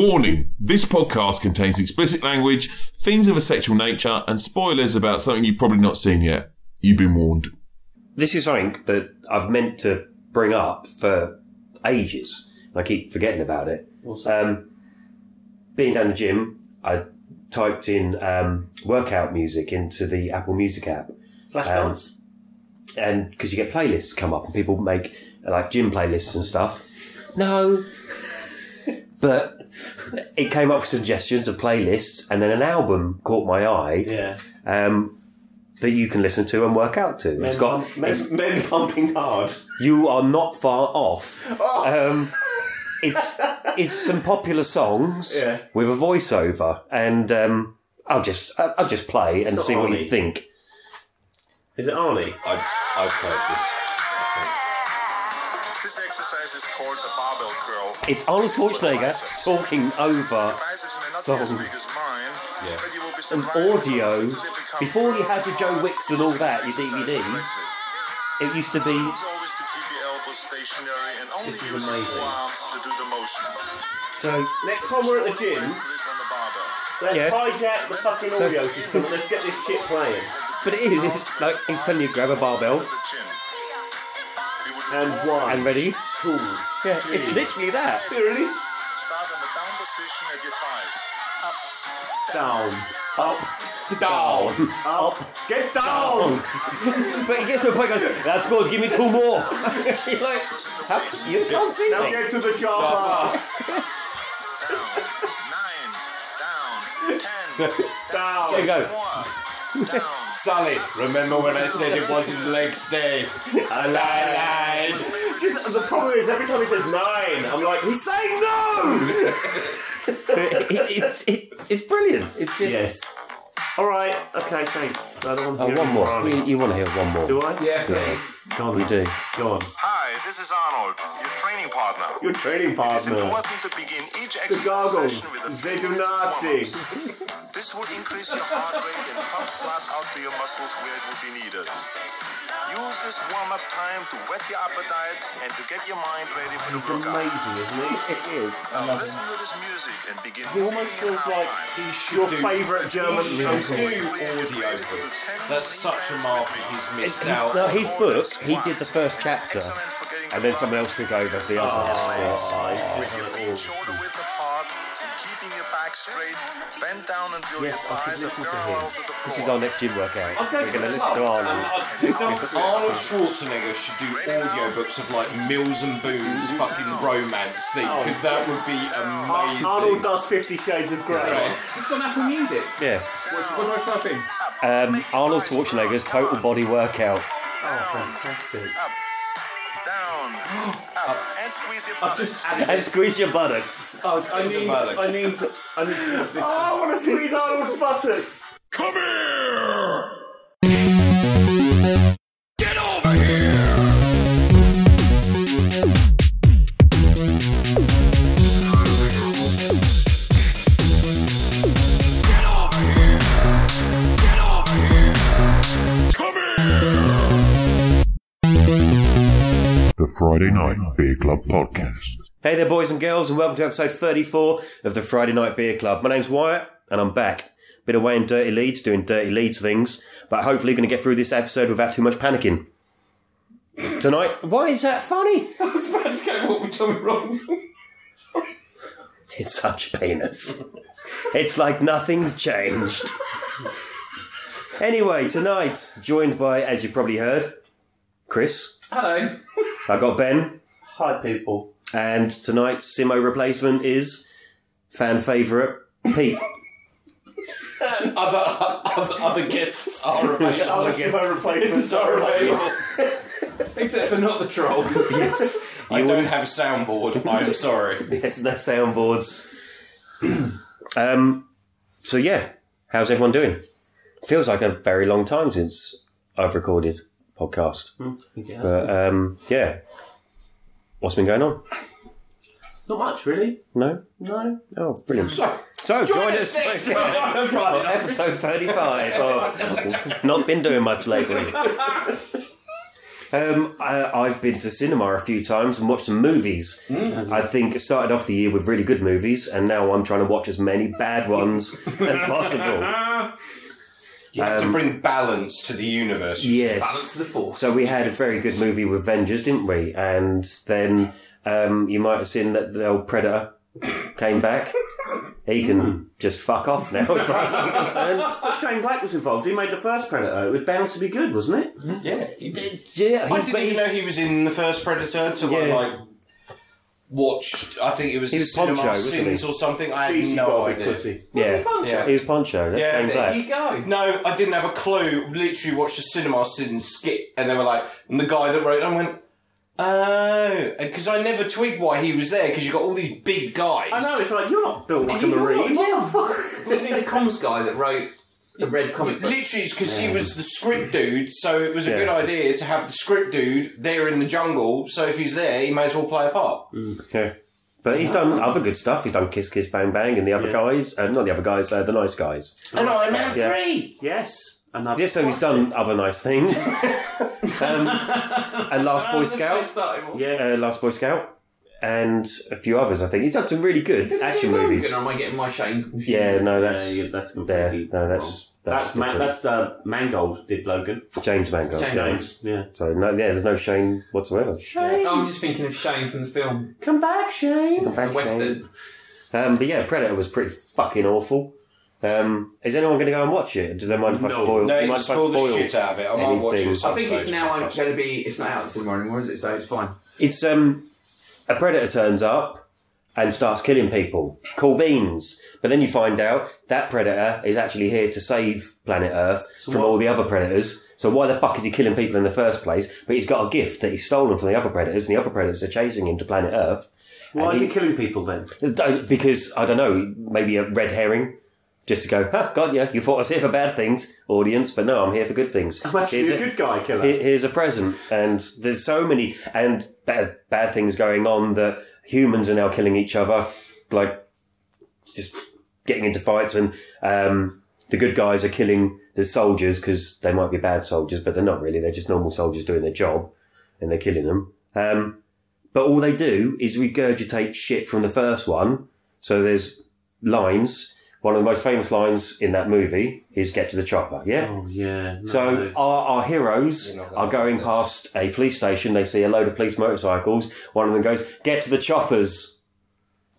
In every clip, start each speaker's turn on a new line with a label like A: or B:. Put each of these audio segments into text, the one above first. A: Warning this podcast contains explicit language, things of a sexual nature, and spoilers about something you've probably not seen yet. You've been warned.
B: This is something that I've meant to bring up for ages, and I keep forgetting about it. Um, being down the gym, I typed in um, workout music into the Apple Music app,
C: Flashdance.
B: and because you get playlists come up, and people make uh, like gym playlists and stuff. No, but it came up with suggestions of playlists, and then an album caught my eye
C: yeah.
B: um, that you can listen to and work out to.
C: Men,
B: it's got
C: pump- men,
B: it's-
C: men pumping hard.
B: you are not far off.
C: Oh.
B: Um, it's it's some popular songs
C: Yeah.
B: with a voiceover, and um, I'll just I- I'll just play and
C: not
B: see what you
C: Arnie.
B: think.
C: Is it Arnie?
D: I've, I've heard this.
E: This exercise is called the barbell curl.
B: It's Arnold Schwarzenegger
E: Biceps.
B: talking over
E: Biceps may not
B: songs.
E: be as big as mine,
D: Yeah.
E: but you will be
B: an
E: surprised how
B: audio.
E: easily they become
B: Before you had your Joe Wicks and all that, your
E: exercise
B: DVDs,
E: flexing.
B: it used to be
E: It's always to keep your elbows stationary and only
C: This is
E: use your
C: amazing.
E: forearms to do the motion.
B: so.
C: Next time we're at the gym,
E: Grip on the barbell.
C: let's
B: Yeah.
C: hijack the fucking audio system and let's get this shit playing.
B: But it is it's like he's telling you to grab a barbell
E: The chin. You would
C: And one.
B: and ready.
C: Cool.
B: Yeah, it's literally that.
C: Really?
E: start on the down position at your thighs.
C: Down. Up. Down. Up. Get down!
B: But he gets to a point. Goes, that's good. Give me two more. You're like, how, you can't see
C: Now
B: that.
C: get to the job.
E: Down. Nine. Down. Ten.
C: Down.
B: There you go.
E: More. Down.
D: Sally, remember when I said it wasn't legs day? I lied.
C: The problem is every time he says nine, I'm like, he's saying no!
B: it's, it- it's brilliant. It's just.
C: yes. Alright, okay, thanks. I don't want to
B: Oh,
C: hear
B: one
C: any
B: more.
C: Arnie.
B: You, want to hear one more?
C: Do I?
D: Yeah,
B: Yes,
C: Go on,
B: you do.
C: Go on.
E: Hi, this is Arnold, your training partner.
C: Your training
E: It's
C: partner.
E: important to begin each
C: The
E: exercise
C: goggles.
E: session with a few
C: They do
E: minutes of
C: nothing.
E: warm-ups. This would increase your heart rate and pump blood out to your muscles where it would be needed. Use this warm-up time to whet your appetite and to get your mind ready for the
C: It's
E: workout.
C: amazing, isn't it?
B: It is.
E: Now listen to this music and begin.
C: He almost
E: moving
C: feels
E: your
C: like
E: outline.
C: he should Your favourite German
D: He
C: musical.
D: should do audio books. That's such a mark he's missed out.
B: No, his book. He did the first chapter,
E: Excellent for getting
B: and then someone else took over for the other.
E: with your feet shoulder width apart and keeping your back straight, bend down until
B: Yes,
E: your
B: I could
E: thighs are
B: listen to
E: parallel
B: him.
E: to the floor.
B: This is our next gym workout. We're going to listen to Arnold.
F: um,
D: Arnold Schwarzenegger should do audiobooks of like Mills and Boone's fucking romance thing because that would be amazing.
C: Arnold does Fifty Shades of Grey.
D: Right.
F: It's on Apple Music.
B: Yeah.
F: What, what do I type in?
B: Um, Arnold Schwarzenegger's total body workout.
E: down, up, and squeeze your
F: I've
E: butt.
F: just added.
B: And squeeze your buttocks.
F: Oh, I need.
D: bollocks.
F: I need. to- I need to use this.
C: Oh, I want to squeeze Arnold's buttocks.
A: Come here!
G: The Friday Night Beer Club Podcast.
B: Hey there, boys and girls, and welcome to episode 34 of the Friday Night Beer Club. My name's Wyatt, and I'm back. Been away in dirty Leeds doing dirty Leeds things, but hopefully going to get through this episode without too much panicking. Tonight, why is that funny?
F: I was about to go. What with Tommy Robinson? Sorry.
B: It's such penis. it's like nothing's changed. anyway, tonight, joined by, as you probably heard, Chris.
F: Hello.
B: I got Ben,
C: Hi, people.
B: and tonight's Simo replacement is fan favourite Pete.
D: Other, other, other guests are available.
C: That's my replacement.
D: Are available.
F: Except for not the troll.
D: I don't have a soundboard. I'm sorry.
B: Yes, their soundboards. um, so yeah, how's everyone doing? Feels like a very long time since I've recorded podcast. But um, yeah, what's been going on?
C: Not much, really.
B: No,
C: No.
B: oh, brilliant. So, join, us next
F: I'm
B: on
F: right.
B: Oh, episode thirty-five. of not been doing much lately. Um, I, I've been to cinema a few times and watched some movies. I think it started off the year with really good movies, and now I'm trying to watch as many bad ones as possible.
D: You have
B: Um,
D: to bring balance to the universe.
B: Yes.
F: Balance of the force.
B: So we had a very good movie with Avengers, didn't we? And then um, you might have seen that the old Predator came back. He can just fuck off now, as far as I'm concerned.
G: Shane Black was involved. He made the first Predator. It was bound to be good, wasn't it?
F: yeah. he did.
B: Yeah,
D: I
B: he's
D: didn't even know he was in the first Predator to
B: Yeah.
D: like watch. I think it was,
B: He was
D: Cinema
B: Poncho, wasn't he?
D: Sins or something. I had
G: Juicy
D: no
G: Bobby
D: idea.
G: Pussy.
B: yeah.
D: Yeah.
B: He was Poncho. That's
D: Yeah,
B: Shane
D: there
B: Black.
F: There you go.
D: No, I didn't have a clue. Literally watched a Cinema Sins skit, and they were like, and the guy that wrote, it, I went, oh, because I never twigged why he was there because you got all these big guys.
G: I know, it's like, you're not built like a
D: You're not,
G: Marine.
D: yeah.
G: What the fuck?
F: Wasn't he the comms guy that wrote the red comic book?
D: Literally, it's because he was the script dude, so it was a
B: Yeah.
D: good idea to have the script dude there in the jungle. So if he's there, he may as well play a part.
B: Yeah. But he's done other good stuff. He's done Kiss Kiss Bang Bang and the other guys. Uh, not the other guys, uh, the nice guys.
D: And I'm at
B: Yeah.
D: three.
G: Yes. Another
B: Yeah, so he's done other nice things. um, and Last Boy Scout.
G: Yeah.
B: uh, Last Boy Scout, and a few others. I think he's done some really good action movies.
F: Or am I getting my Shane's confused?
B: Yeah, no,
G: Yeah,
B: that's
G: yeah, that's
B: there.
G: completely
B: No, that's that's,
G: That's, Ma-
B: different.
G: that's uh, Mangold did Logan.
B: James Mangold.
F: James.
B: yeah.
G: James. Yeah.
B: So no, yeah, there's no Shane whatsoever.
F: I'm just thinking of Shane from the film
G: Come back, Shane.
B: Come back,
F: The Western.
B: Shane. Um, but yeah, Predator was pretty fucking awful. Um, is anyone going to go and watch it? Do they mind if I
G: No.
B: spoil?
D: No,
B: do you
D: you
B: mind if I
D: spoil
B: spoil?
D: the shit out of it. I might watch
B: anything.
D: it.
F: I think it's now going to be. It's not out at the cinema anymore, is it? So it's fine.
B: It's um, a predator turns up and starts killing people. Cool beans. But then you find out that predator is actually here to save planet Earth from all the other predators. So why the fuck is he killing people in the first place? But he's got a gift that he's stolen from the other predators, and the other predators are chasing him to planet Earth.
G: Why
B: And
G: is
B: he-
G: he killing people then?
B: Don't- Because I don't know, maybe a red herring. Just to go, ha, got you. You thought I was here for bad things, audience, but no, I'm here for good things.
G: I'm actually
B: Here's
G: a
B: it.
G: good guy killer.
B: Here- Here's a present, and there's so many and bad, bad things going on that humans are now killing each other, like just getting into fights, and um, the good guys are killing the soldiers because they might be bad soldiers, but they're not really. They're just normal soldiers doing their job, and they're killing them. Um, but all they do is regurgitate shit from the first one. So there's lines. One of the most famous lines in that movie is "Get to the chopper." Yeah.
G: oh, yeah. no,
B: So
G: no.
B: our, our heroes
D: You're not gonna
B: are going past a police station. They see a load of police motorcycles. One of them goes, "Get to the choppers."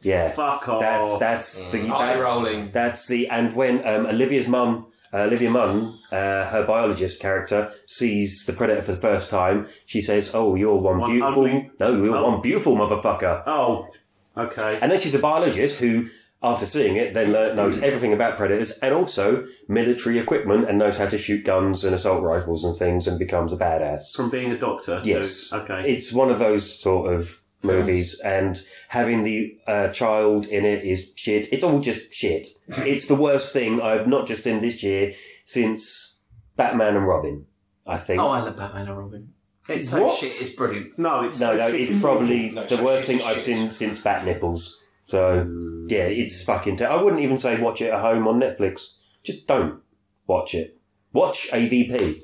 B: Yeah,
G: Fuck off.
B: that's that's
D: Mm.
B: the
F: Eye
B: that's,
F: rolling.
B: that's the and when um, Olivia's mum, uh, Olivia Munn, uh, her biologist character, sees the predator for the first time, she says, "Oh, you're one,
G: One
B: beautiful
G: ugly-
B: no, you're
G: Oh.
B: one beautiful motherfucker."
G: Oh, okay.
B: And then she's a biologist who, after seeing it, then lear- knows everything about predators and also military equipment and knows how to shoot guns and assault rifles and things and becomes a badass.
G: From being a doctor. to-
B: Yes.
G: okay.
B: It's one of those sort of movies, and having the uh, child in it is shit. It's all just shit. it's the worst thing I've not just seen this year since Batman and Robin, I think.
F: Oh, I love Batman and Robin. It's so
B: What?
F: shit. It's brilliant.
G: no, it's
B: no, no,
G: shit.
B: it's probably
D: No,
B: the
D: so
B: worst thing
D: shit is
B: I've
D: shit.
B: seen since Bat Nipples. So yeah, it's fucking. Ter- I wouldn't even say watch it at home on Netflix. Just don't watch it. Watch AVP,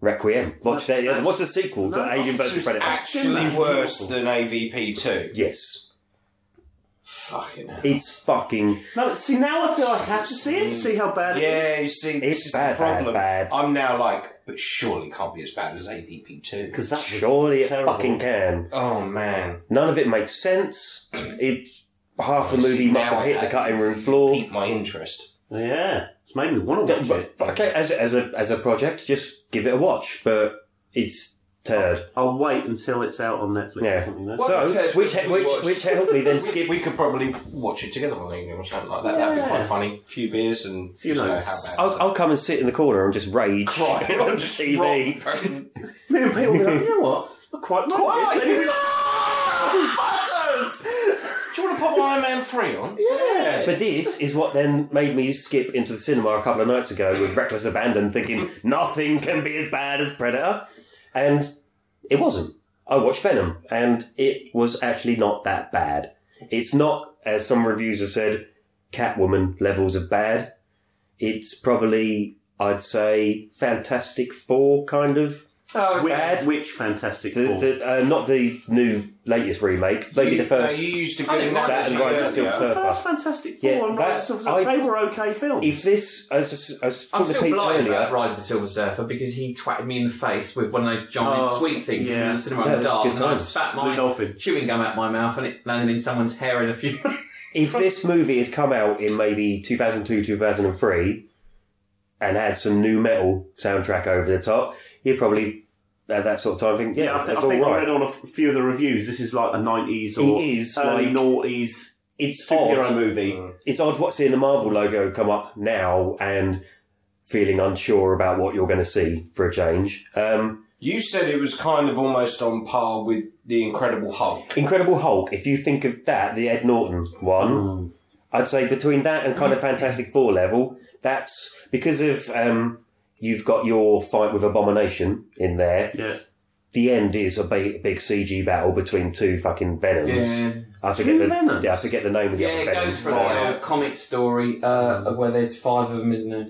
B: Requiem. Watch
G: That-
B: that. yeah,
G: that's-
B: What's the sequel
G: no,
B: to Alien vs
D: It's
B: Predator?
D: actually worse than AVP two.
B: Yes,
D: Fucking hell.
B: it's fucking.
G: No, see, now I feel like I have to see it to see how bad it
D: Yeah,
G: is.
D: you see,
B: It's
D: this is
B: bad,
D: the problem.
B: bad, bad.
D: I'm now like, but surely it can't be as bad as AVP two.
G: Because that's
B: Surely it fucking can.
D: Oh man,
B: None of it makes sense. It half the movie
D: See,
B: must
D: now
B: have hit the
D: I-
B: cutting room floor.
D: Piqued my interest.
G: Yeah, it's made me want to watch it.
B: Okay, as a, as a as a project, just give it a watch. But it's
G: Oh,
B: turd.
G: I'll wait until it's out on Netflix or
B: Yeah.
G: something. Then.
F: What
B: So,
F: church
B: which
F: did we
B: which
F: watch?
B: which helped me then skip.
D: We could probably watch it together one evening or something like that. That'd be quite funny. few beers and
G: Few
D: just know
G: notes.
D: how
B: I'll, I'll come and sit in the corner and just rage
D: bad. Right,
B: on TV.
D: wrong.
G: Me and Pete will be like, you know what? I quite like
D: Quite
G: this.
D: like
G: And he'll be like, fuckers!
D: Do you want to pop Iron Man three on? Yeah.
B: But this is what then made me skip into the cinema a couple of nights ago with reckless abandon, thinking nothing can be as bad as Predator, and it wasn't. I watched Venom, and it was actually not that bad. It's not, as some reviews have said, Catwoman levels of bad. It's probably, I'd say, Fantastic Four kind of
F: Oh, okay.
B: Which-
F: Bad.
B: which-
C: Which fantastic
B: the,
C: ball.
B: the, uh, not the new latest remake, maybe the first.
D: No, you used to
F: I
D: go
F: didn't mind
B: that and
F: Yeah,
B: Rise of
F: yeah.
B: Silver
C: the
B: Surfer.
C: first fantastic four
B: Yeah,
C: and
B: that-
C: Rise of Silver Surfer,
B: I-
C: they were okay films.
B: If this, as I was
F: I'm
B: talking to
F: still
B: Pete
F: blind
B: earlier,
F: about Rise of the Silver Surfer because he twatted me in the face with one of those giant
C: Oh,
F: sweet things
C: yeah.
F: in the cinema
B: Yeah,
F: in the dark,
B: good
F: and I
B: times.
F: spat
C: The
F: my
C: dolphin.
F: chewing gum out my mouth, and it landed in someone's hair in a few.
B: if this movie had come out in maybe 2002, 2003, and had some new metal soundtrack over the top, you'd probably at that sort of time think, yeah,
C: yeah, I, th-
B: that's
C: I think
B: all
C: I
B: right.
C: read on a f- few of the reviews. This is like a nineties or
B: It is,
C: early
B: like-
C: noughties
B: It's
C: superhero
B: odd.
C: movie.
B: It's odd what seeing the Marvel logo come up now and feeling unsure about what you're going to see for a change. Um,
D: You said it was kind of almost on par with the Incredible Hulk.
B: Incredible Hulk. If you think of that, the Ed Norton one.
C: Hmm.
B: I'd say between that and kind of Fantastic Four level, that's because of um, you've got your fight with Abomination in there.
C: Yeah.
B: The end is a ba- big CG battle between two fucking Venoms. I forget
C: Two
B: the
C: Venoms?
B: Yeah, I forget the name of the
F: yeah,
B: other
F: it
B: Venom.
F: goes for the uh, comic story uh, of where there's five of them, isn't it?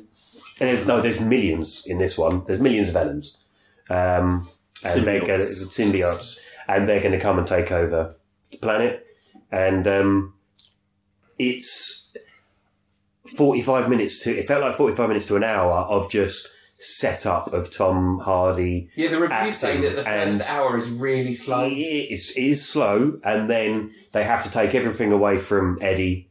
B: And there's no, there's millions in this one. There's millions of Venoms, um, and they're going to symbiotes, and they're going to come and take over the planet. And um, it's forty-five minutes to. It felt like forty-five minutes to an hour of just setup of Tom Hardy.
F: Yeah, the reviews say
B: acting
F: that the first
B: and-
F: hour is really slow.
B: It is, it is slow, and then they have to take everything away from Eddie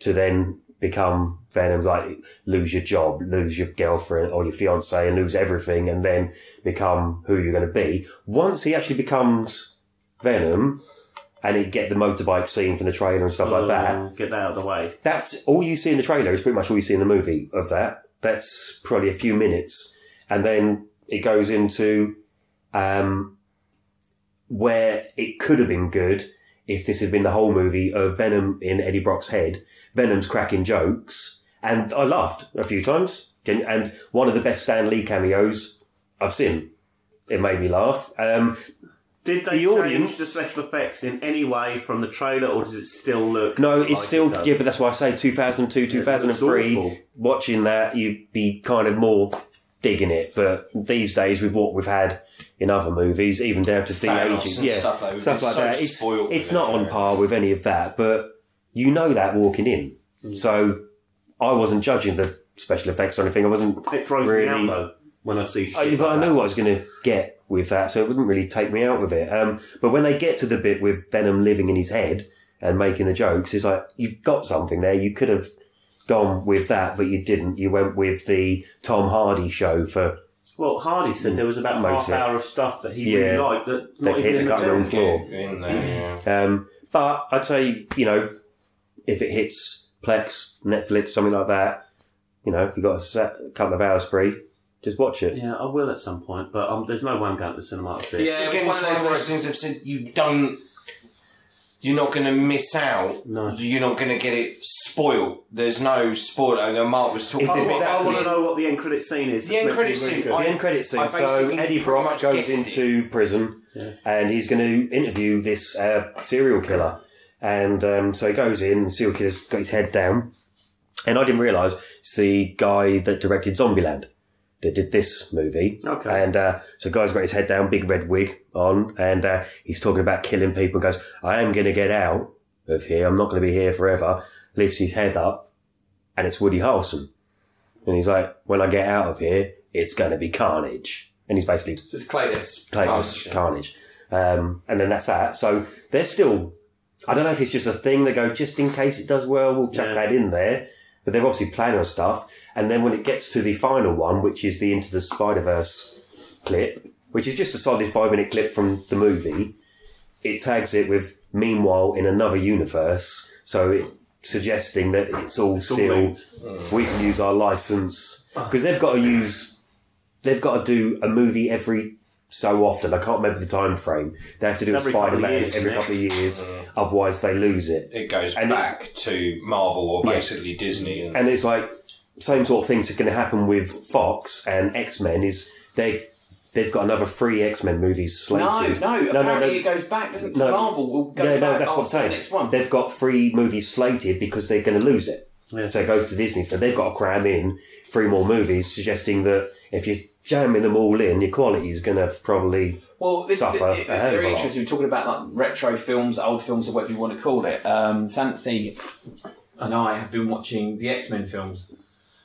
B: to then become Venom. Like lose your job, lose your girlfriend or your fiance, and lose everything, and then become who you're going to be. Once he actually becomes Venom, and it get the motorbike scene from the trailer and stuff like that.
C: Oh, Get that out of the way.
B: That's all you see in the trailer is pretty much all you see in the movie of that. That's probably a few minutes, and then it goes into um, where it could have been good if this had been the whole movie of Venom in Eddie Brock's head, Venom's cracking jokes, and I laughed a few times. Gen- And one of the best Stan Lee cameos I've seen. It made me laugh. Um,
C: Did
B: The
C: they
B: audience-
C: change the special effects in any way from the trailer, or does it still look?
B: No,
C: like
B: it's still
C: it does?
B: yeah, but that's why I say 2002,
C: it looks
B: 2003.
C: awful.
B: Watching that, you'd be kind of more digging it. But these days, with what we've had in other movies, even down to de
D: Thanos
B: aging,
D: and
B: yeah,
D: stuff like that. It's
B: like
D: so
B: that, it's
D: spoiled
B: it's
D: with
B: not
D: it,
B: on
D: yeah.
B: par with any of that. But you know that walking in,
C: Mm.
B: so I wasn't judging the special effects or anything. I wasn't
C: It throws
B: really. Oh,
C: me out though when I see. Shit
B: I,
C: like
B: but I
C: that.
B: knew what I was going to get with that, so it wouldn't really take me out with it. Um, but when they get to the bit with Venom living in his head and making the jokes, it's like you've got something there. You could have gone with that, but you didn't. You went with the Tom Hardy show for
C: Well, Hardy said there was about
B: Mm, Most
C: half
B: of it.
C: hour of stuff that he
B: Yeah.
C: really liked that not
B: They
C: even
B: hit
C: in
B: the
C: the
B: cutting room
C: film.
B: floor.
D: In there,
B: Um, but I'd say, you know, if it hits Plex, Netflix, something like that, you know, if you've got a, set, a couple of hours free, just watch it.
C: Yeah, I will at some point, but um, there's no way I'm going to the cinema to see it.
F: Yeah, it was
D: Again,
F: one
D: it's
F: of
D: one of
F: those
D: those
F: where-
D: things I've said you don't. You're not going to miss out.
C: No.
D: You're not going to get it spoiled. There's no spoiler. I know Mark was talking
B: It's
C: I,
D: about
C: want,
B: exactly-
C: I want to know what the end credit scene is.
D: The
C: It's meant
D: end
C: to be
D: credit scene,
C: good.
D: I-
B: the end credits
D: I
B: scene. So
D: basically
B: Eddie
D: pretty
B: Brock
D: much
B: goes
D: guessed it.
B: into prison, and he's going to interview this uh, serial killer. And um, so he goes in. The serial killer's got his head down, and I didn't realise it's the guy that directed Zombieland that did this movie.
C: Okay.
B: And uh, so guy's got his head down, big red wig on, and uh, he's talking about killing people. Goes, I am going to get out of here. I'm not going to be here forever. Lifts his head up, and it's Woody Harrelson. And he's like, when I get out of here, it's going to be carnage. And he's basically
F: So it's Claytis.
B: playing as carnage. Um, and then that's that. So they're still, I don't know if it's just a thing they go, just in case it does well, we'll chuck
C: Yeah.
B: that in there. But they're obviously planning on stuff. And then when it gets to the final one, which is the Into the Spider Verse clip, which is just a solid five minute clip from the movie, it tags it with Meanwhile in Another Universe. So it suggesting that it's all
C: all
B: still,
C: linked. Ah.
B: we can use our license. Because they've got to use, they've got to do a movie every so often. I can't remember the time frame. They have to do a
C: It's every couple of
B: Spider Man
C: years,
B: every
C: isn't it?
B: couple of years,
F: Uh-huh.
B: otherwise they lose it.
D: it goes
B: And it-
D: back to Marvel or
B: Yeah.
D: basically Disney. And,
B: And it's like same sort of things are going to happen with Fox and X Men. Is they they've got another three X Men movies
F: No,
B: slated.
F: no,
B: no,
F: apparently
B: they-
F: it goes back, doesn't it?
B: No.
F: Marvel will go
B: Yeah,
F: back
B: no, that's what I'm
F: after the
B: saying.
F: next one.
B: They've got three movies slated because they're going to lose it. So it goes to Disney, so they've got to cram in three more movies, suggesting that if you're jamming them all in, your quality is going to probably.
F: Well, this is
B: Suffer a hell of a
F: very
B: lot.
F: interesting. We're talking about like retro films, old films, or whatever you want to call it. Um, Santhi and I have been watching the X Men films,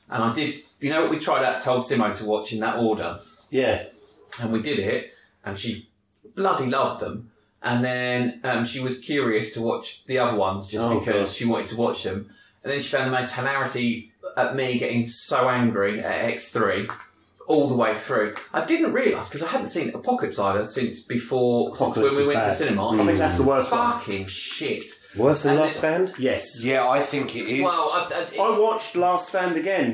F: and I did. You know what? We tried out, told Simo to watch in that order,
B: Yeah.
F: and we did it, and she bloody loved them. And then um, she was curious to watch the other ones just
B: Oh,
F: because
B: God.
F: she wanted to watch them. And then she found the most hilarity at me getting so angry at X3 all the way through. I didn't realise because I hadn't seen Apocalypse either since before since
B: Apocalypse was
F: when we went to the
B: bad.
F: cinema.
C: I think that's the worst one.
F: Fucking shit.
B: Worse than
F: And
B: Last
F: it-
B: Stand?
C: Yes.
D: Yeah, I think it is.
F: Well, I, I,
C: I watched Last Stand again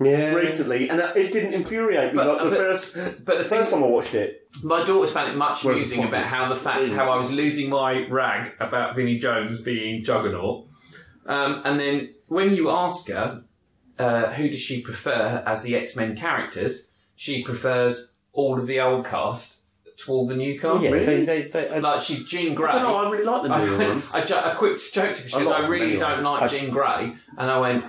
B: Yeah.
C: recently, and it didn't infuriate me
F: But-
C: like the
F: but-
C: first.
F: but the
C: the first
F: thing-
C: time I watched it,
F: My daughters found it much
C: Whereas
F: amusing about how the fact how I was losing my rag about Vinnie Jones being Juggernaut, um, and then when you ask her uh, who does she prefer as the X Men characters, she prefers all of the old cast to all the new cast.
B: Yeah, they, they, they, I,
F: Like she's Jean Grey.
C: I don't know. I really like the new
F: I,
C: ones.
F: I, jo- I quick joked because she goes,
B: lot
F: I
B: of
F: really
B: them
F: don't
B: anyway.
F: like Jean Grey, and I went,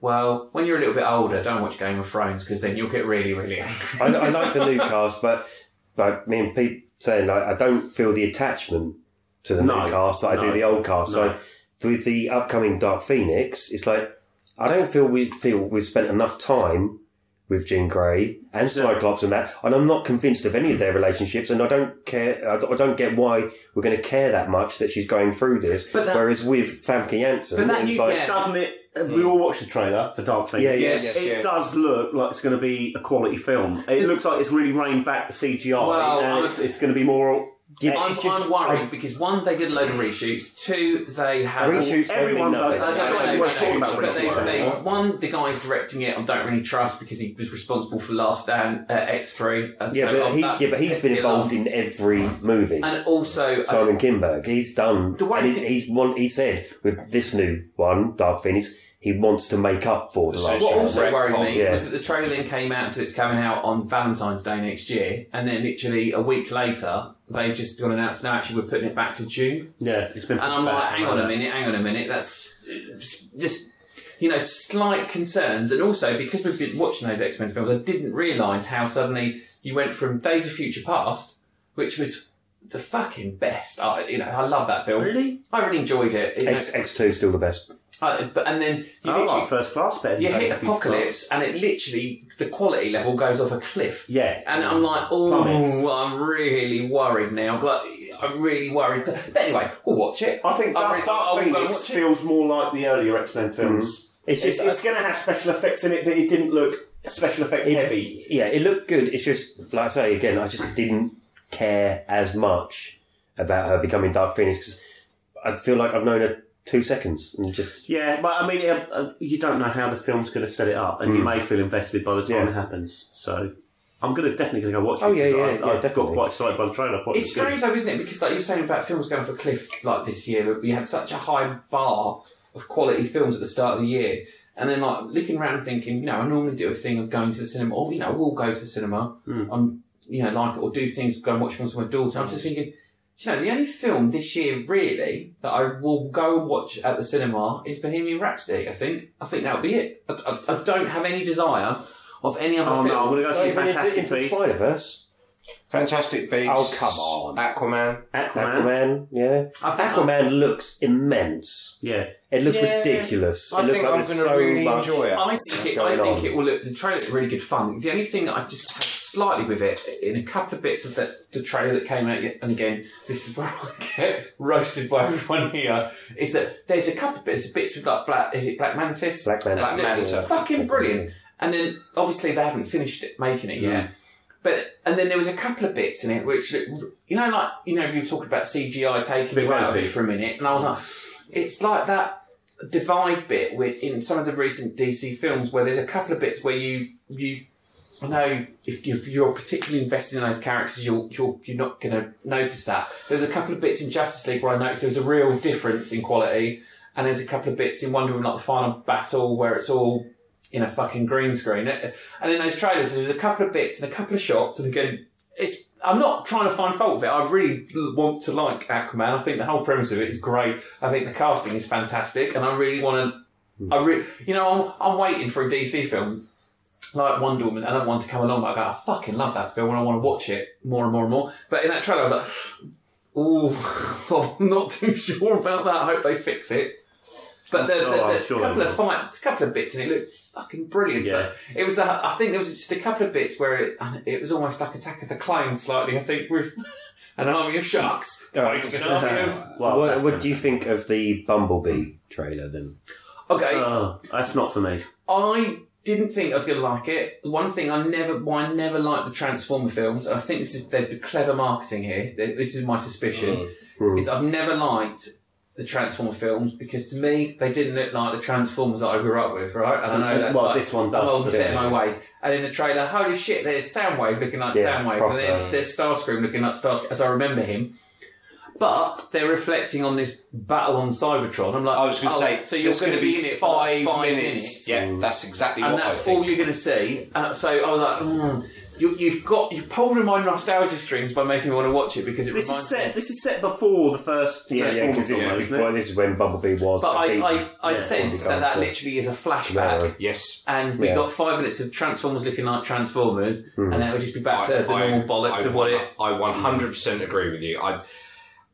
F: well, when you're a little bit older, don't watch Game of Thrones because then you'll get really, really angry.
B: I, I like the new cast, but like me and Pete saying, like, I don't feel the attachment to the
C: No,
B: new cast that I do
C: no,
B: the old cast.
C: no.
B: So with the upcoming Dark Phoenix, it's like I don't feel we feel we've spent enough time with Jean Grey and Cyclops and that, and I'm not convinced of any of their relationships, and I don't care. I don't, I don't get why we're going to care that much that she's going through this.
F: But that-
B: whereas with Famke Janssen,
F: But that
B: it's
F: you-
B: like
F: yeah.
C: Doesn't it? uh, We all watched the trailer for Dark Phoenix.
B: Yeah, yeah,
D: Yes, yeah.
C: It
D: yeah.
C: does look like it's going to be a quality film. It looks like it's really reined back the CGI,
F: Well, I
C: and
F: was-
C: it's, it's going to be more.
B: Yeah,
F: I'm,
B: it's just-
F: I'm worried because one, they did a load of reshoots. Two, they have
B: reshoots don't
C: Everyone
B: mean nothing.
C: does. Uh, that's
F: No,
C: like
F: no,
C: we're
F: no,
C: talking
F: no,
C: about
F: but they,
C: reshoots,
F: they,
C: right?
F: one, the guy's directing it. I don't really trust because he was responsible for Last Stand uh, X three. Uh,
B: Yeah,
F: so
B: but
F: of
B: he,
F: that-
B: yeah, but he's been
F: X11.
B: involved in every movie.
F: And also, uh,
B: Simon Kinberg, he's done.
F: The way
B: and he,
F: that-
B: he's one. He said with this new one, Dark Phoenix, he wants to make up for the last
F: what
B: one.
F: also
D: Retcon,
F: worried me
B: yeah.
F: was that the trailer then came out, so it's coming out on Valentine's Day next year, and then literally a week later, they've just gone and announced now actually we're putting it back to June.
C: Yeah, it's been.
F: And
C: pushed
F: I'm like,
C: back.
F: hang on a minute, hang on a minute. That's it's just, you know, slight concerns. And also, because we've been watching those X Men films, I didn't realise how suddenly you went from Days of Future Past, which was the fucking best. I, you know, I love that film.
C: Really?
F: I really enjoyed it. you know.
B: X X two is still the best.
F: I- but, and then you
C: Oh,
F: literally
C: like first class better. than
F: you
C: Days
F: hit
C: of Future
F: Apocalypse, and it literally, the quality level goes off a cliff.
C: Yeah.
F: And I'm like, oh,
C: Plummets.
F: well, I'm really worried now. But I'm really worried. But anyway, we'll watch it.
C: Past. I think
F: I'm
C: Dark,
F: really-
C: Dark
F: I'll go and
C: Phoenix
F: watch it.
C: feels more like the earlier X Men films.
B: It's
C: It's, uh,
B: just
C: it's going to have special effects in it, but it didn't look special effect
B: it-
C: heavy.
B: yeah, it looked good. It's just like I say again, I just didn't care as much about her becoming Dark Phoenix 'cause I feel like I've known her two seconds and just
C: Yeah, but I mean, uh, uh, you don't know how the film's going to set it up, and you may feel invested by the time
B: Yeah.
C: it happens. So, I'm going to definitely going to go watch it.
B: Oh, yeah,
C: 'cause I-
B: yeah, yeah,
C: I, got
B: definitely.
C: quite excited by the trailer. I thought
F: It's
C: it was good.
F: strange though, isn't it? Because like you're saying about films going for a cliff like this year, that we had such a high bar of quality films at the start of the year, and then like looking around and thinking, you know, I normally do a thing of going to the cinema, or you know, we'll go to the cinema,
C: Hmm.
F: um, you know, like it, or do things, go and watch films with my daughter. I'm just thinking, do you know, the only film this year really that I will go and watch at the cinema is Bohemian Rhapsody. I think, I think that'll be it. I, I, I don't have any desire of any other
C: Oh
F: film.
C: no, I'm going to go see Fantastic
B: into, into
C: Beasts,
B: Spider Verse,
D: Fantastic Beasts.
B: Oh, come on.
D: Aquaman.
C: Aquaman.
B: Aquaman, yeah,
F: I think-
B: Aquaman looks immense.
C: Yeah,
B: It looks
D: Yeah.
B: ridiculous.
D: I
B: it looks
D: think
B: like
D: I'm
B: there's
D: going to
B: so
D: really
B: much.
D: enjoy it.
F: I think it, I
B: going
F: think
B: on.
F: it will look. The trailer's really good fun. The only thing that I just had slightly with it in a couple of bits of the, the trailer that came out, yet- and again, this is where I get roasted by everyone here, is that there's a couple of bits, bits with like black. Is it Black Mantis?
B: Black Mantis,
F: That looks
D: yeah.
F: Fucking brilliant. And then obviously they haven't finished it, making it yet. But and then there was a couple of bits in it which looked- you know like you know you were talking about CGI taking you out of it for a minute, and I was like, it's like that divide bit with in some of the recent DC films where there's a couple of bits where you you I know if, if you're particularly invested in those characters, you're you're, you're not going to notice that. There's a couple of bits in Justice League where I noticed there was a real difference in quality, and there's a couple of bits in Wonder Woman, like the final battle, where it's all in a fucking green screen. And in those trailers, there's a couple of bits and a couple of shots, and again, it's. I'm not trying to find fault with it. I really want to like Aquaman. I think the whole premise of it is great. I think the casting is fantastic, and I really want to I re- you know, I'm, I'm waiting for a DC film like Wonder Woman, another one to come along. Like, I fucking love that film and I want to watch it more and more and more. But in that trailer, I was like, oh, I'm not too sure about that. I hope they fix it. But there,
C: Oh,
F: there-
C: I'm
F: there's
C: sure
F: a
C: they
F: couple of
C: will.
F: fights, a couple of bits in it looked fucking brilliant.
C: Yeah.
F: But it was, uh, I think there was just a couple of bits where it, and it was almost like Attack of the Clones slightly. I think with an army of sharks fighting an army of.
C: Well,
B: what
C: that's
B: what
C: gonna-
B: do you think of the Bumblebee trailer then?
F: Okay,
C: Oh, that's not for me.
F: I didn't think I was going to like it. One thing I never, well, I never liked the Transformer films, and I think this is they'd be clever marketing here. th- This is my suspicion. Is I've never liked the Transformer films because to me they didn't look like the Transformers that I grew up with, right? And I know
C: And-
F: that's
C: well,
F: like,
C: this one does,
F: I'm old and
C: doesn't
F: set in
C: it?
F: my ways. And in the trailer, holy shit, there's Soundwave looking like
B: Yeah,
F: Soundwave,
B: proper.
F: and there's there's Starscream looking like Starscream as I remember him. But they're reflecting on this battle on Cybertron. I'm like,
D: I was going to
F: oh,
D: say,
F: so you're
D: going to
F: be in it for
D: five,
F: like five
D: minutes. Yeah,
B: Mm.
D: that's exactly
F: and
D: what I
F: that's
D: think.
F: all you're going to see. Uh, so I was like, mm, you, you've got you pulled in my nostalgia strings by making me want to watch it because it
C: This
F: reminds
C: is
F: me.
C: set. This is set before the first.
B: Yeah, yeah,
C: Transformers
B: because this,
C: film,
B: is
C: isn't
B: before- this is when Bumblebee was.
F: But
B: a
F: I,
B: big-
F: I, I
C: yeah,
F: sense
B: on the
F: that that
B: console.
F: literally is a flashback.
B: No.
D: Yes.
F: And we
B: Yeah.
F: got five minutes of Transformers looking like Transformers,
D: Hmm.
F: and then it would just be back
D: I-
F: to the
D: I-
F: normal bollocks
D: I,
F: of what it.
D: I 100% agree with you. I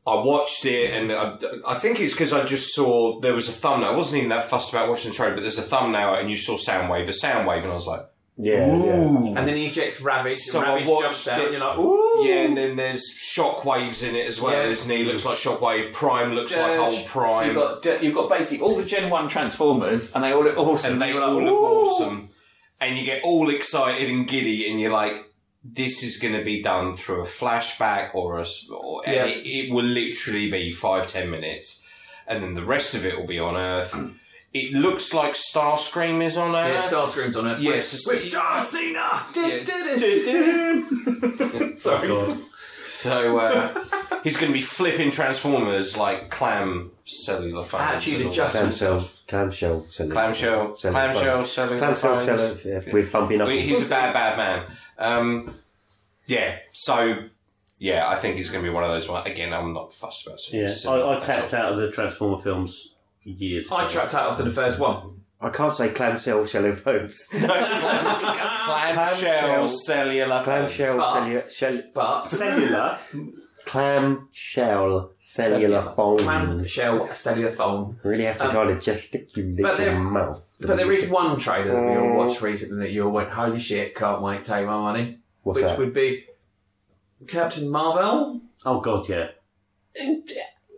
D: I watched it, and I, I think it's because I just saw there was a thumbnail. I wasn't even that fussed about watching the trailer, but there's a thumbnail, and you saw Soundwave, a Soundwave, and I was like,
B: yeah, yeah.
F: And then he ejects Ravage,
D: So I
F: and Ravage
D: watched
F: jumps out,
D: it.
F: and you're like, ooh!
D: Yeah, and then there's Shockwaves in it as well,
F: Yeah.
D: isn't he? Looks like Shockwave. Prime looks like
F: Dirge.
D: old Prime.
F: So you've got Dir- you've got basically all the Gen One Transformers, and they all look awesome.
D: and they
F: You're
D: all
F: like,
D: look
F: "Ooh."
D: awesome. And you get all excited and giddy, and you're like, "This is going to be done through a flashback or a, s- or and
F: Yeah.
D: it, it will literally be five ten minutes, and then the rest of it will be on Earth." It looks like Starscream is on
F: Yeah,
D: Earth.
F: Starscream's on it.
D: Yes, it's-
F: with John Cena. Sorry.
D: Oh, so uh, he's going to be flipping Transformers like clam cellular phones.
F: Attitude
D: and all
F: adjustment.
D: that.
B: Clamshell, clamshell, selling-
D: Clamshell,
B: selling
D: clamshell,
B: phones.
D: selling
B: clamshell,
D: phones.
B: selling yeah, with bumpy
D: Well,
B: knuckles.
D: he's a bad, bad man. Um, yeah, so yeah, I think he's going to be one of those. One again, I'm not fussed about. seeing
C: Yeah,
D: this.
C: I, I tapped out of the Transformer films years.
F: I
C: ago.
F: trapped out after the first one.
B: I can't say clamshell, selling phones.
D: Clamshell, cellular,
B: Clamshell,
F: But-
B: cellular, shell,
F: But
C: cellular.
B: clamshell, cellular phones.
F: clamshell cellular phone.
B: Really have to
F: Um,
B: kind of gesticulate
F: but there-
B: your mouth.
F: But there is one trailer that we all watched recently that you all went, holy shit, can't wait, take my money.
B: What's
F: which
B: that?
F: would be Captain Marvel.
C: Oh God, yeah.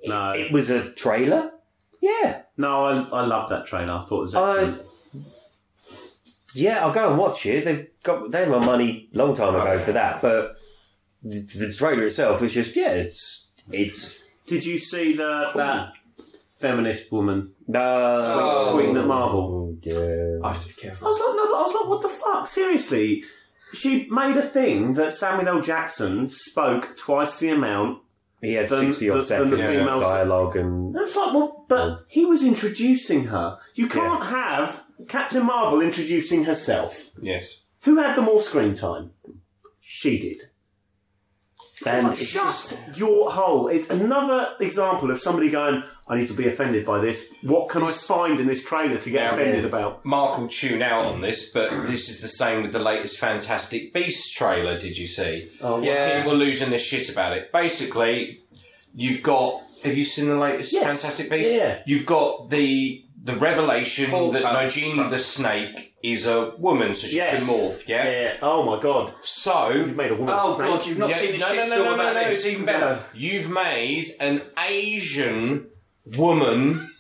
C: No,
B: It was a trailer. Yeah,
C: no, I, I loved that trailer. I thought it was
B: I-
C: excellent.
B: yeah. I'll go and watch it. They've got they had my money long time ago for that. But the, the trailer itself was just yeah. It's it's
C: Did you see the that feminist woman
B: no
F: Oh.
C: tweeting at Marvel?
B: uh, Yeah.
F: I have to be
C: I
F: careful.
C: was like, no, but I was like, what the fuck? Seriously, she made a thing that Samuel L. Jackson spoke twice the amount.
B: He had
C: Then
B: sixty
C: the-
B: odd
C: then
B: seconds
C: the
B: of
C: females-
B: dialogue and
C: And it's like, well,
D: Mm.
C: but he was introducing her. You can't have Captain Marvel introducing herself.
D: Yes,
C: Who had the more screen time? She did.
B: and
C: Like, shut your hole. It's another example of somebody going, I need to be offended by this. What can I find in this trailer to get
D: Yeah,
C: offended
D: yeah.
C: about?
D: Mark will tune out on this, but this is the same with the latest Fantastic Beasts trailer. Did you see?
C: Oh,
F: Yeah.
D: People losing their shit about it. Basically, you've got. Have you seen the latest
C: Yes.
D: Fantastic Beasts?
C: Yeah.
D: You've got the the revelation
F: Paul
D: that
F: Rudd.
D: Nigini the Snake is a woman, so she
C: Yes.
D: can morph. Yeah.
C: Yeah. Oh my god.
D: So.
C: You've made a woman
F: Oh,
C: snake.
F: God, you've not
D: Yeah,
F: seen the
D: no,
F: shit
D: no, no, no,
F: still
D: no,
F: about
D: no,
F: this.
D: it's even better. You've made an Asian woman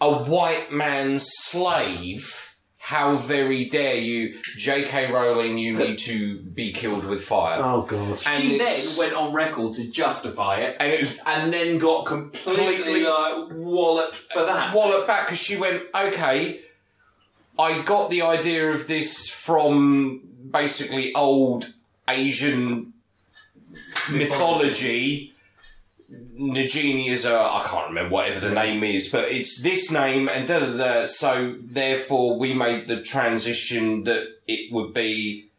D: a white man's slave. How very dare you, J.K. Rowling, you need to be killed with fire.
C: Oh god.
D: and
F: she
D: it's-
F: then went on record to justify it,
D: And it was
F: and then got completely,
D: Completely-
F: like walloped for that.
D: wallet back because she went, okay, I got the idea of this from basically old Asian mythology. Nagini is a, I can't remember whatever the name is, but it's this name and da da da. So therefore, we made the transition that it would be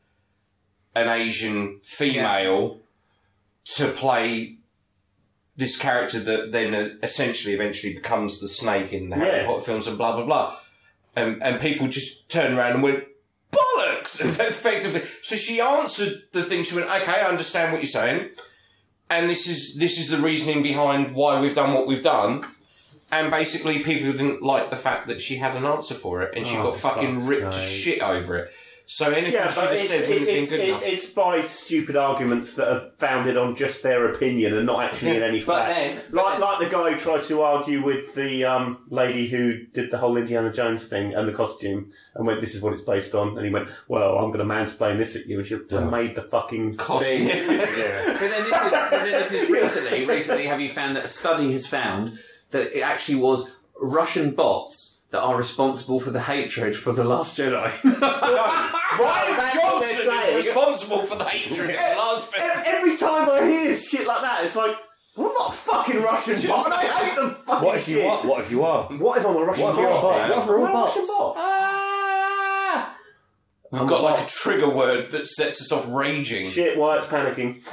D: an Asian female to play this character that then uh, essentially eventually becomes the snake in the Harry
C: Yeah.
D: Potter films and blah blah blah. and, and people just turned around and went, bollocks! Effectively. So she answered the thing. She went, okay, I understand what you're saying. And this is, this is the reasoning behind why we've done what we've done. And basically people didn't like the fact that she had an answer for it and she got fucking
C: Oh, fuck's
D: ripped to
C: sake.
D: shit over it. So anything
C: Yeah,
D: she
C: but
D: just
C: it's,
D: said wouldn't have been
C: it's,
D: good enough.
C: it's, it's by stupid arguments that are founded on just their opinion and not actually in any
F: but
C: fact.
F: then-
C: like like the guy who tried to argue with the um, lady who did the whole Indiana Jones thing and the costume and went, "This is what it's based on," and he went, "Well, I'm going to mansplain this at you," and she made the fucking thing.
F: But then, this is, but then this is recently, recently, have you found that a study has found that it actually was Russian bots that are responsible for the hatred for The Last Jedi?
C: Right, that's what they're
D: Johnson is
C: saying.
D: responsible for the hatred in the last film.
C: Ev- Every time I hear shit like that, it's like, well, I'm not a fucking Russian bot. and I hate them fucking
B: What if you
C: shit.
B: are? What if you are?
C: What if I'm a Russian
B: What if
C: bot?
B: you're a bot?
C: man?
B: What if we're all
C: I'm a Russian
B: bots?
C: bot?
D: I've got like a trigger word that sets us off raging.
C: Shit, Wyatt's panicking.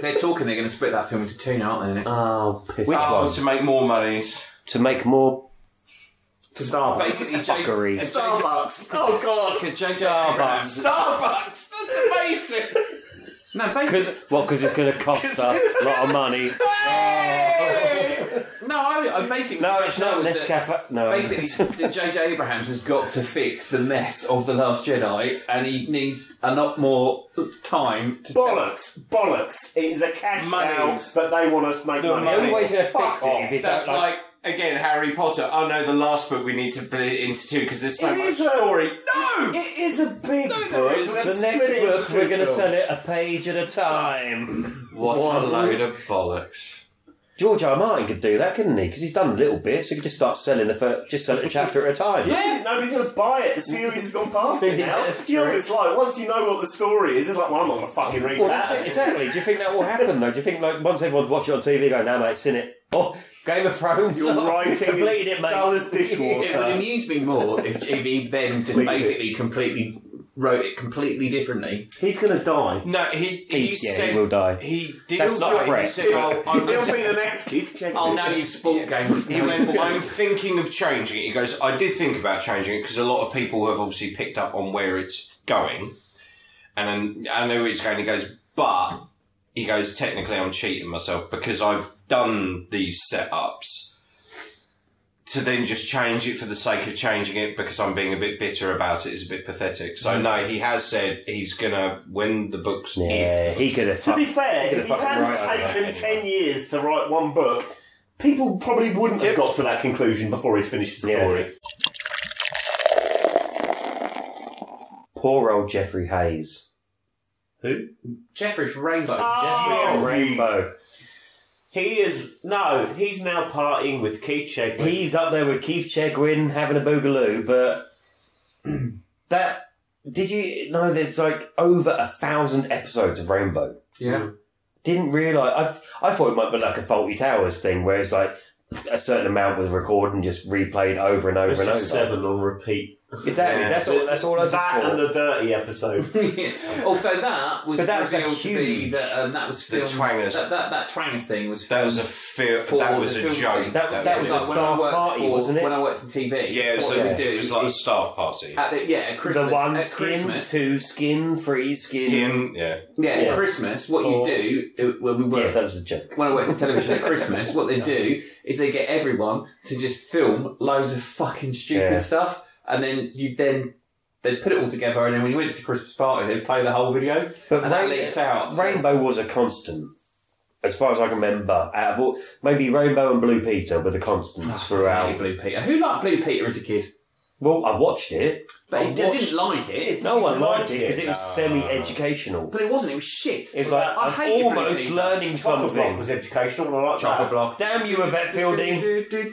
F: They're talking, they're going to split that film into two now, aren't they?
C: oh, piss.
B: Which
D: Oh,
B: one?
D: to make more money.
B: To make more
C: to Starbucks.
F: Basically, J-
B: fuckery.
C: Starbucks. Oh, God.
F: because JJ
B: Starbucks.
F: Abrams-
D: Starbucks! That's amazing!
F: No, basically,
B: Because well, because it's going to cost us a lot of money.
F: no, I, I basically
B: No, it's not
F: was that-
B: Nescafe. No,
F: Basically, J.J. Abrams has got to fix the mess of The Last Jedi, and he needs a lot more time to
C: Bollocks. Bollocks. It is a cash cow
D: Monies.
C: that they want us to make
D: The
C: money.
B: the only way he's going to
C: Fuck
B: fix it
C: off.
B: if it's
D: That's
B: that,
D: like, again, Harry Potter. Oh no, the last book we need to split it into two because there's so
C: It
D: much
C: is a-
D: story. No!
C: It is a big
D: No, there
C: book.
D: isn't.
C: Let's
B: the next
C: split it
B: book
C: into
B: we're going to
C: films.
B: sell it a page at a time.
D: what a load of bollocks.
B: George R. R. Martin could do that, couldn't he? Because he's done little bits. He could just start selling the first, just sell it a chapter at a time.
C: Yeah, nobody's going to buy it. The series has gone past it
B: Yeah,
C: now.
B: that's
C: you know what
B: true.
C: it's like? Once you know what the story is, it's like, well, I'm not going to fucking read
B: Well,
C: that.
B: that's it, exactly. Do you think that will happen though? Do you think like once everyone's watched it on TV, go, "Now, mate, it's in it." Oh, Game of Thrones.
C: Your writing
B: completed
C: is
B: it, mate.
C: dull as dishwater.
F: It would amuse me more if, if he then just basically completely wrote it completely differently.
C: He's going to die.
D: No, he, he,
B: He- yeah, he
D: said
B: will die.
D: He did
B: That's not a
D: He
B: threat.
D: said, oh, I'm
C: He'll be the next Keith Chegwin.
F: Oh, now you've spoilt Game of
D: He went, I'm thinking of changing it. He goes, I did think about changing it because a lot of people have obviously picked up on where it's going. And then I know where it's going. He goes, but he goes, technically I'm cheating myself because I've done these setups to then just change it for the sake of changing it because I'm being a bit bitter about it is a bit pathetic. So no, he has said he's going to, when the book's if
B: Mm. Yeah, he could have.
C: To be fair,
B: could have
C: if it
B: fucking
C: hadn't
B: wrote over that
C: taken
B: anyway.
C: ten years to write one book, people probably wouldn't have got to that conclusion before he'd finished the
B: Yeah.
C: story.
B: poor old Jeffrey Hayes.
C: Who?
F: Jeffrey from Rainbow.
C: Oh,
B: Rainbow.
C: he is no. He's now partying with Keith Chegwin.
B: He's up there with Keith Chegwin having a boogaloo, but that did you know? There's like over a thousand episodes of Rainbow.
F: yeah.
B: Didn't realize. I I thought it might be like a Faulty Towers thing, where it's like a certain amount was recorded and just replayed over and over
C: There's
B: and over.
C: just seven on repeat.
B: Exactly. That's all. That's all I just
C: That
B: thought.
C: and the dirty episode.
F: Although that was
B: But that was a
F: revealed to be
B: huge-
F: that um, that was
D: The
F: filmed,
D: twangers.
F: That, that that twangers thing was
D: that
F: filmed
D: was a fear,
F: for
D: that was
F: the
D: a
F: film
D: joke.
F: thing.
B: That- that was
F: like
B: a
F: when I
B: staff
F: worked
B: party,
F: for-
B: wasn't it?
F: When I worked in TV,
D: yeah,
F: what
D: so
F: we
B: yeah.
F: do
D: it was like a
F: is-
D: staff party.
F: at the, yeah, at Christmas,
B: the one
F: at
B: skin,
F: Christmas,
B: two skin, three skin.
D: Him, yeah.
F: yeah, at
B: Yeah.
F: Christmas. What
B: Or-
F: you do uh, when we
B: Yeah,
F: worked
B: that was a joke.
F: when I worked on television at Christmas, what they do is they get everyone to just film loads of fucking stupid
B: Yeah.
F: stuff, and then you then they put it all together, and then when you went to the Christmas party, they'd play the whole video,
B: But
F: and that
B: Rain-
F: leaks out.
B: Rainbow was a constant, as far as I can remember. Out of all, maybe Rainbow and Blue Peter were the
C: Ah,
B: constants
F: Wow,
B: throughout.
F: Blue Peter. Who liked Blue Peter as a kid?
B: Well, I watched it.
F: But
B: I
F: he d- didn't like it.
B: No one
C: like
B: liked it because it was semi-educational.
F: But it wasn't. It was shit.
B: It was like
F: I
B: I'm
F: hate you, Blue
B: almost
F: Peter.
B: learning
C: Chocolate Block
B: something.
C: was educational, and I like
F: Chopper
C: that.
F: block.
B: Damn you, Yvette Fielding.
C: She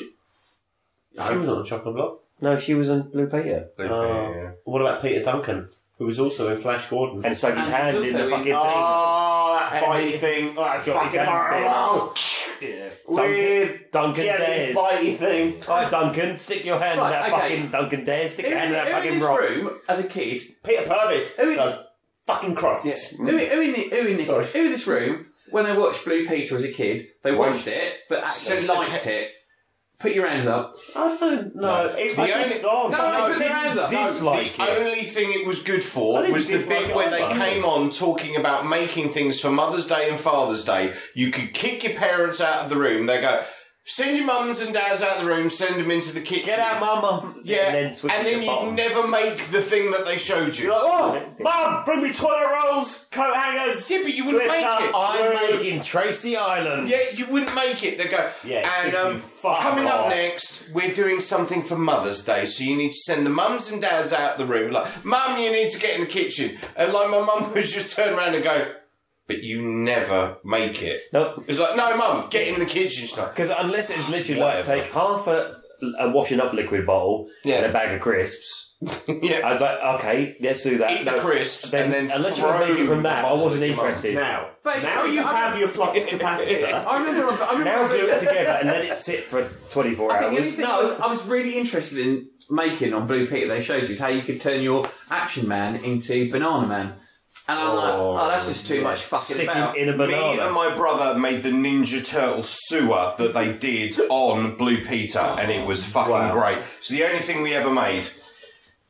C: was on Chocolate Block.
B: No, she was in Blue Peter, Um,
C: Uh, What about Peter Duncan, who was also in Flash Gordon?
B: and so his
F: And
B: hand
F: also
B: in the
F: in-
B: fucking thing.
C: Oh, that
B: And
C: bitey
B: he-
C: thing. Oh, that's
B: got his
C: fucking
B: hand bit.
C: horrible. Weird.
B: Duncan
C: jelly
B: Dares.
C: bitey thing.
B: Right, Duncan, stick your hand
F: Right,
B: in that
F: okay.
B: fucking Duncan Dares. Stick
F: Who,
B: your hand in that
F: who in
B: fucking
F: this
B: rock.
F: room as a kid
C: Peter Purvis
F: Who is-
C: does fucking crofts.
F: Yeah. Who, who in the, who in this
C: Sorry.
F: who in this room when they watched Blue Peter as a kid, they watched it but actually
D: So-
F: liked it. Put your hands up.
C: I don't know. It
D: The
C: was
D: only-
C: just on.
F: No,
D: no,
F: put your
D: didn't
F: hands up. No.
C: dislike
D: the
C: it.
D: only thing it was good for
C: I didn't
D: was the
C: dislike
D: bit
C: it
D: where they
C: either.
D: came on talking about making things for Mother's Day and Father's Day. You could kick your parents out of the room. They go, send your mums and dads out of the room, send them into the kitchen.
B: Get out, my mum.
D: Yeah,
B: And then switch to the
D: you'd
B: bottom.
D: never make the thing that they showed you.
B: You're like, oh,
C: Mum, bring me toilet rolls, coat hangers.
D: yeah, but you wouldn't make
C: glitter,
D: it.
C: glue.
H: making Tracy Island.
D: Yeah, you wouldn't make it. They go,
C: Yeah,
D: and
C: you
D: um,
C: fuck
D: coming up
C: off.
D: next, we're doing something for Mother's Day, so you need to send the mums and dads out the room. Like, mum, you need to get in the kitchen. And like, my mum would just turn around and go, but you never make it.
B: no,
D: It's like, no, mum, get in the kitchen. She's like,
H: Because unless it's literally like
D: Whatever.
H: take half a.
B: a washing up liquid bottle
D: Yeah.
B: and a bag of crisps. I
D: yeah,
B: was like, okay, let's do that.
D: eat the
B: No,
D: crisps, and then
B: unless you
D: throw
B: want to make it
D: the
B: from that, I
D: bottle
B: wasn't
D: at your mum.
B: interested.
C: Now,
F: But it's
C: now
F: not-
C: you
F: I-
C: have your flux capacitor.
F: I remember. I remember.
B: Now glue it together and let it sit for 24
F: I think the only
B: hours.
F: thing I, was, I was really interested in making on Blue Peter they showed you is how you could turn your Action Man into Banana Man. And I'm like, oh, that's just too much fucking
B: Stick him
F: about.
B: in a
D: Me and
B: banana.
D: my brother made the Ninja Turtle sewer that they did on Blue Peter, and it was fucking great. So the only thing we ever made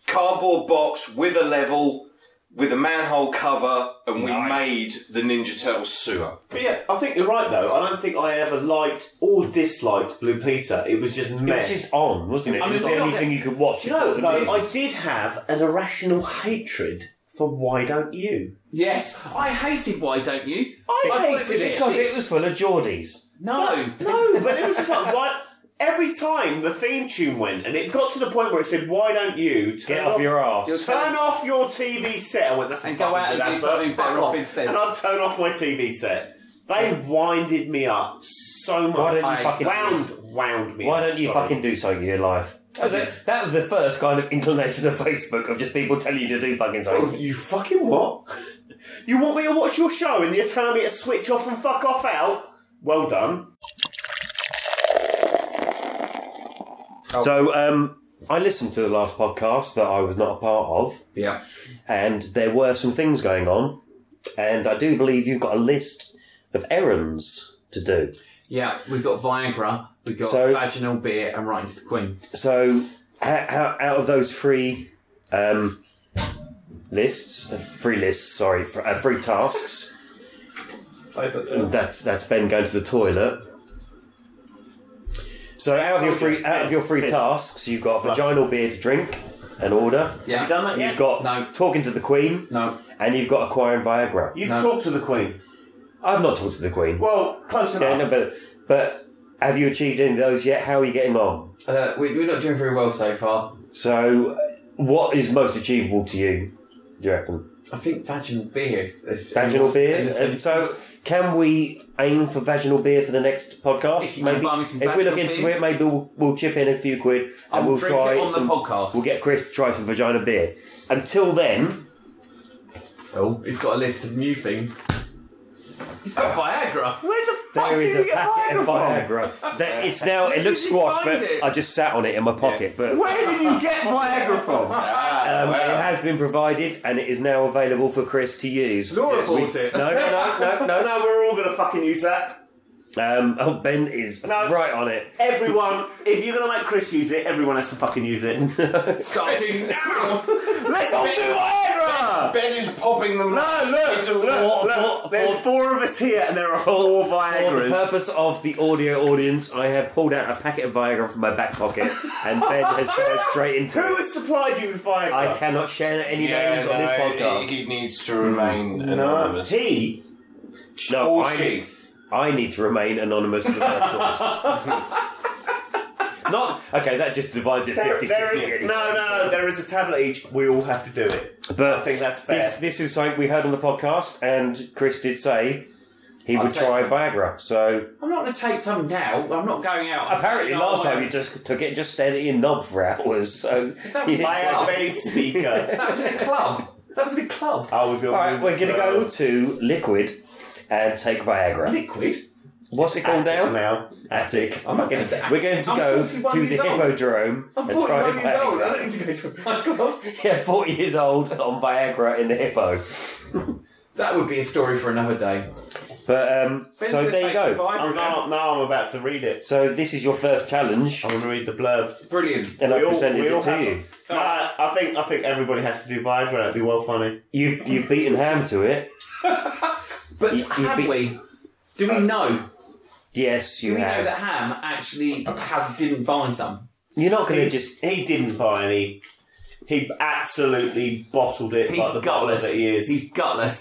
D: cardboard box with a level, with a manhole cover, and we made the Ninja Turtle sewer.
C: But yeah, I think you're right though. I don't think I ever liked or disliked Blue Peter. It was just
B: It
C: meh.
B: was just on, wasn't it?
F: I mean,
B: it was
F: we're
B: the
F: not
B: only
F: getting-
B: thing you could watch.
C: Do you know
B: It
C: though? I
B: was-
C: did have an irrational hatred for Why Don't You?
F: Yes, I hated. Why don't you?
C: I
F: thought
C: hated
F: was
C: it
B: Because it was full of Geordies.
F: No,
C: no, but it was just like why. Every time the theme tune went, and it got to the point where it said, "Why don't you turn
B: Get off your
C: Turn
B: ass.
C: off your TV set. I went, that's a
F: And go
C: fucking
F: out
C: good
F: and do
C: advert.
F: something better
C: Fuck
F: off
C: off.
F: instead.
C: And I'd turn off my TV set. They winded me up so much.
B: Why don't
F: I-
B: you fucking
C: wound, wound me
B: Why
C: up,
B: don't you
C: sorry.
B: fucking do something in your life? That was, it. That was the first kind of inclination of Facebook of just people telling you to do fucking
C: Oh,
B: something.
C: You fucking what? you want me to watch your show and you're telling me to switch off and fuck off out? Well done.
B: So um, I listened to the last podcast that I was not a part of,
F: yeah,
B: and there were some things going on, and I do believe you've got a list of errands to do.
F: yeah. We've got Viagra, we've got
B: So-
F: vaginal beer, and writing to the Queen.
B: So how, how, out of those three um, lists, uh, three lists, sorry, fr- uh, three tasks, that's that's Ben going to the toilet. So out of your three out of your three tasks, you've got vaginal beer to drink and order.
F: Yeah,
C: Done that yet?
B: You've got
F: No.
B: talking to the Queen,
F: no.
B: and you've got acquiring Viagra.
C: You've
F: No.
C: talked to the Queen.
B: I've not talked to the Queen.
C: Well, close enough.
B: Yeah, no, but, but have you achieved any of those yet? How are you getting on?
F: Uh, we, we're not doing very well so far.
B: So, what is most achievable to you? Do you reckon?
F: I think vaginal beer. If, if
B: Vaginal
F: anyone's seen
B: beer.
F: this
B: Um,
F: thing.
B: so, can we aim for vaginal beer for the next podcast?
F: If you wanna buy me some
B: if we look
F: vaginal
B: into
F: beer.
B: it, maybe we'll, we'll chip in a few quid
F: I
B: and
F: will
B: we'll
F: drink
B: try
F: it on
B: some,
F: the podcast.
B: We'll get Chris to try some vagina beer. Until then,
F: Oh, he's got a list of new things. He's got Viagra.
C: Where the fuck
B: there
C: did
B: is
C: you
B: a
C: get
B: packet of
C: Viagra from?
B: Viagra. That- it's now it looks
F: you
B: squashed,
F: find
B: but
F: it?
B: I just sat on it in my pocket. But
C: Where did you get Viagra from?
D: Ah,
B: Um,
D: well.
B: It has been provided and it is now available for Chris to use. No,
F: Laura bought it.
B: no, no, no,
C: No,
B: no.
C: no, we're all gonna fucking use that.
B: Um, oh, Ben is
C: No.
B: right on it.
C: Everyone, if you're gonna make Chris use it, everyone has to fucking use it.
F: Starting now.
C: Let's all do Viagra!
D: Ben is popping them.
C: No, look,
D: into
C: look,
D: water.
C: look, there's four of us here and there are four
B: For the
C: Viagras.
B: purpose of the audio audience, I have pulled out a packet of Viagra from my back pocket, and Ben has gone straight into
C: Who
B: it.
C: has supplied you with Viagra?
B: I cannot share any
D: Yeah,
B: names on this
D: no,
B: podcast.
D: he, he needs to remain
C: no,
D: anonymous.
C: he.
B: no,
D: Or
B: I,
D: she.
B: I need to remain anonymous for that source. Not okay. That just divides it
C: There,
B: 50
C: there is, no, no, there is a tablet each. We all have to do it.
B: But
C: I think that's fair.
B: this this is something we heard on the podcast, and Chris did say he would
F: take
B: try
F: some.
B: Viagra. So
F: I'm not going to take some now. I'm not going out.
B: apparently,
F: No,
B: last
F: I-
B: time you just took it, and just stared at your knob for hours. So
F: That was
B: you-
C: I
B: all
C: am a speaker.
F: That was in a club. That was in a club.
C: I was your
B: right, we're gonna go to liquid and take Viagra.
F: Liquid.
B: What's it called
C: Attic
B: now?
C: now. Attic.
F: I'm not going to.
B: We're going to
F: I'm
B: go
F: 41
B: to the
F: years old.
B: hippodrome
F: I'm
B: and try
F: 41 years old. I
B: Viagra.
F: don't need to go to a nightclub.
B: Yeah, forty years old on Viagra in the hippo.
F: That would be a story for another day.
B: But um,
F: Ben's
B: so
F: gonna
B: there you
F: take
B: go.
F: Survivor
C: I'm,
F: now.
C: now, now I'm about to read it.
B: So this is your first challenge,
C: I'm going to read the blurb.
F: Brilliant.
B: and I
C: We all-
B: presented
C: we all
B: it to
C: have
B: you.
C: them. No, I I think I think everybody has to do Viagra. That'd be well funny.
B: You've you've beaten Ham to it.
F: But
B: you- you
F: have
B: beat-
F: we? Do
B: Uh,
F: we know?
B: Yes, you
F: Do we know
B: have.
F: that Ham actually has didn't buy some?
B: You're not going to just.
C: He didn't buy any. He absolutely bottled it
F: He's
C: like the bottler
F: gutless.
C: that he is.
F: He's gutless.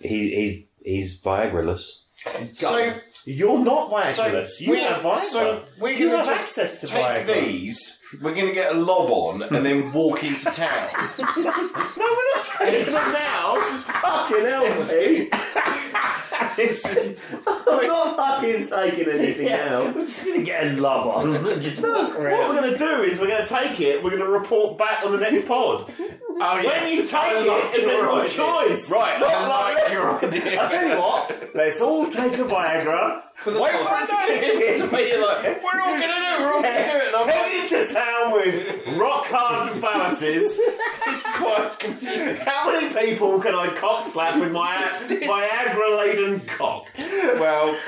B: He, he he's Viagraless.
F: Gutless.
C: You're not
D: So,
C: Viagra. you have Viagra.
D: so we're
C: you
D: going to
C: have
D: just
C: access to
D: take
C: Viagra.
D: these. We're going to get a lob on and then walk into town. Oh,
C: No, we're not taking them now. fucking hell, Pete. this is. I'm not fucking taking anything now.
B: I'm just going to get a lob on. just walk
C: What we're going to do is we're going to take it. We're going to report back on the next pod.
D: Oh, yeah.
C: When you take
D: I
C: it,
D: like
C: it's
D: your
C: your
D: idea.
C: choice.
D: Right,
C: Not
D: I like,
C: like that.
D: your idea.
C: I tell you what, let's all take a Viagra.
D: Wait for a
C: podcast.
D: minute. Wait, you're like, we're all going to do it. We're all going to do it. And I'm
C: Head
D: like,
C: into town with rock hard phalluses.
D: it's quite confusing.
C: How many people can I cock slap with my Viagra laden cock?
D: Well,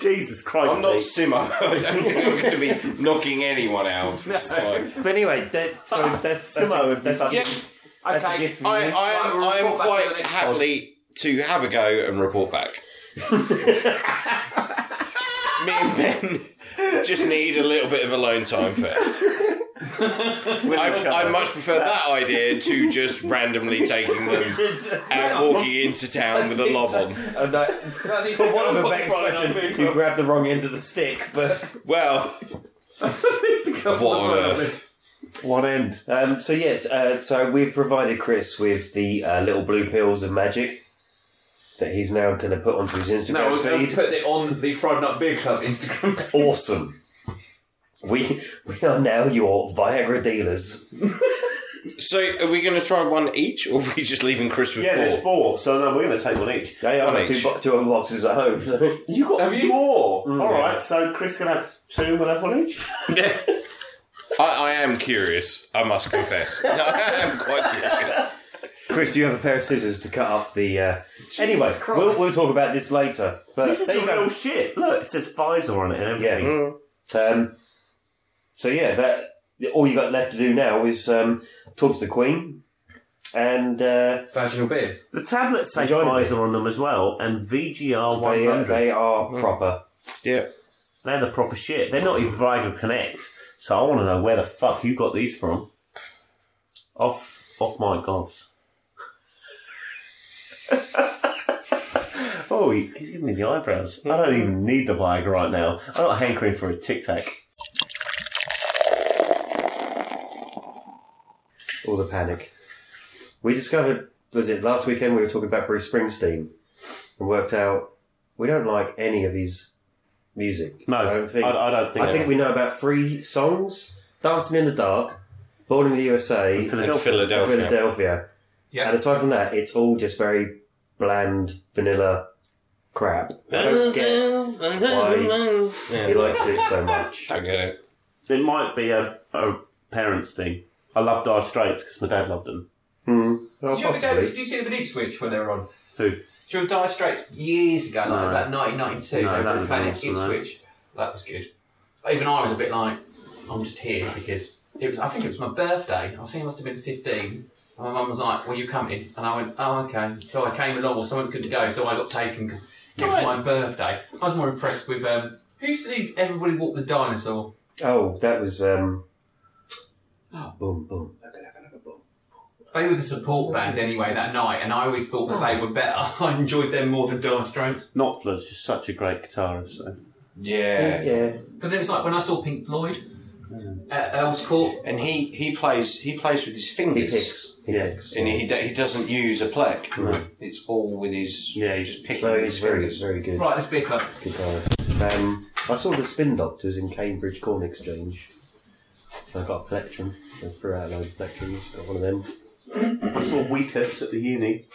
C: Jesus Christ.
D: I'm not
C: Pete.
D: Simo. I don't think I'm going to be knocking anyone out. Like,
B: But anyway, that, so that's that's,
C: Simo
B: a,
C: would be
B: that's, a,
D: yeah,
B: that's a
F: Okay.
B: gift from
D: I, I
B: you.
F: Right,
D: am,
F: we'll
D: I am
F: report back on the
D: quite
F: next
D: happily to have a go and report back. Me and Ben just need a little bit of alone time first. I, I much prefer that idea to just randomly taking them and walking into town with a lob on.
B: And I,
F: Like these
B: for
F: things-
B: want of a better
C: Friday Night
B: expression,
C: Fever.
B: you grabbed the wrong end of the stick. But
D: Well,
F: These things
D: what
F: come from the
D: on
F: front.
D: earth?
C: One end.
B: um, so yes, uh, so we've provided Chris with the uh, little blue pills of magic that he's now going to put onto his Instagram
F: No, we'll, we'll
B: feed.
F: put it on the Friday Night Beer Club Instagram. page.
B: awesome. We we are now your Viagra dealers.
D: So, are we going to try one each, or are we just leaving Chris with
C: Yeah, there's
D: four?
C: four, so no, we're going to take one each.
B: They
D: One
B: are two,
D: each.
B: bo- two other boxes at home. So.
C: You Mm. got
F: Have you-
C: more. All
D: yeah.
C: right, so Chris can have two, we'll have one each.
D: Yeah. I, I am curious. I must confess. No, I am quite curious.
B: Chris, do you have a pair of scissors to cut up the? Uh... Anyway, we'll, we'll talk about this later. But
C: This is
B: there
C: the
B: you go.
C: real shit. Look, it says Pfizer on it and
B: Yeah.
C: everything.
B: Um, so yeah, that all you got left to do now is um, talk to the Queen, and uh,
F: Vaginal beer.
C: The tablets say
B: Enjoy it.
C: Pfizer on them as well, and VGR
B: they, uh,
C: 100. They,
B: they are proper.
D: Yeah.
C: are the proper shit. They're not even Viagra Connect. So I want to know where the fuck you got these from. Off, off my govs. oh, he, he's giving me the eyebrows. I don't even need the Viagra right now. I'm not hankering for a Tic Tac.
B: All the panic. We discovered was it last weekend we were talking about Bruce Springsteen, and worked out we don't like any of his music.
C: No,
B: I don't think.
C: I, I don't think.
B: I think we know about three songs: "Dancing in the Dark," "Born in the USA,"
D: In Philadelphia.
B: Philadelphia.
F: Yeah.
B: And aside from that, it's all just very bland, vanilla crap. I don't get why he likes it so much.
D: I get it.
C: It might be a, a parents thing. I love Dire Straits because my dad loved them.
B: Hmm. Well,
F: Did you, ever go,
B: possibly.
F: did you see the Banana Switch when they were on?
C: Who?
F: Do you remember Dire Straits years ago, like
C: No.
F: about 1992?
C: No,
F: they
C: that
F: were
C: was
F: playing
C: awesome,
F: Ipswich.
C: that.
F: Switch. That was good. Even I was a bit like, I'm just here because it was. I think it was my birthday. I think I must have been 15. And my mum was like, "Well, you coming?" And I went, "Oh, okay." So I came along, or someone couldn't go, so I got taken because it was my birthday. I was more impressed with um, who seen everybody walk the dinosaur.
B: Oh, that was um. Oh, boom, boom.
F: They were the support band anyway that night, and I always thought that
C: Hmm.
F: they were better. I enjoyed them more than Dire Straits.
C: Knopfler's just such a great guitarist. So.
D: Yeah.
B: Yeah.
F: But then it's like when I saw Pink Floyd
C: Hmm.
F: at Earl's Court.
D: And he, he plays he plays with his
B: He
D: fingers.
B: picks. He
C: Yeah.
B: picks.
D: And he, he doesn't use a plec. It's all with his.
C: Yeah, he's-
D: just picking
B: No,
D: with
B: he's
D: his
B: very,
D: fingers.
B: very good
F: Right, let's be club.
B: guitarist. Um, I saw the Spin Doctors in Cambridge Corn Exchange. I got a plectrum. I threw out a load of plectrums. Got one of them.
C: I saw Wheatus at the uni.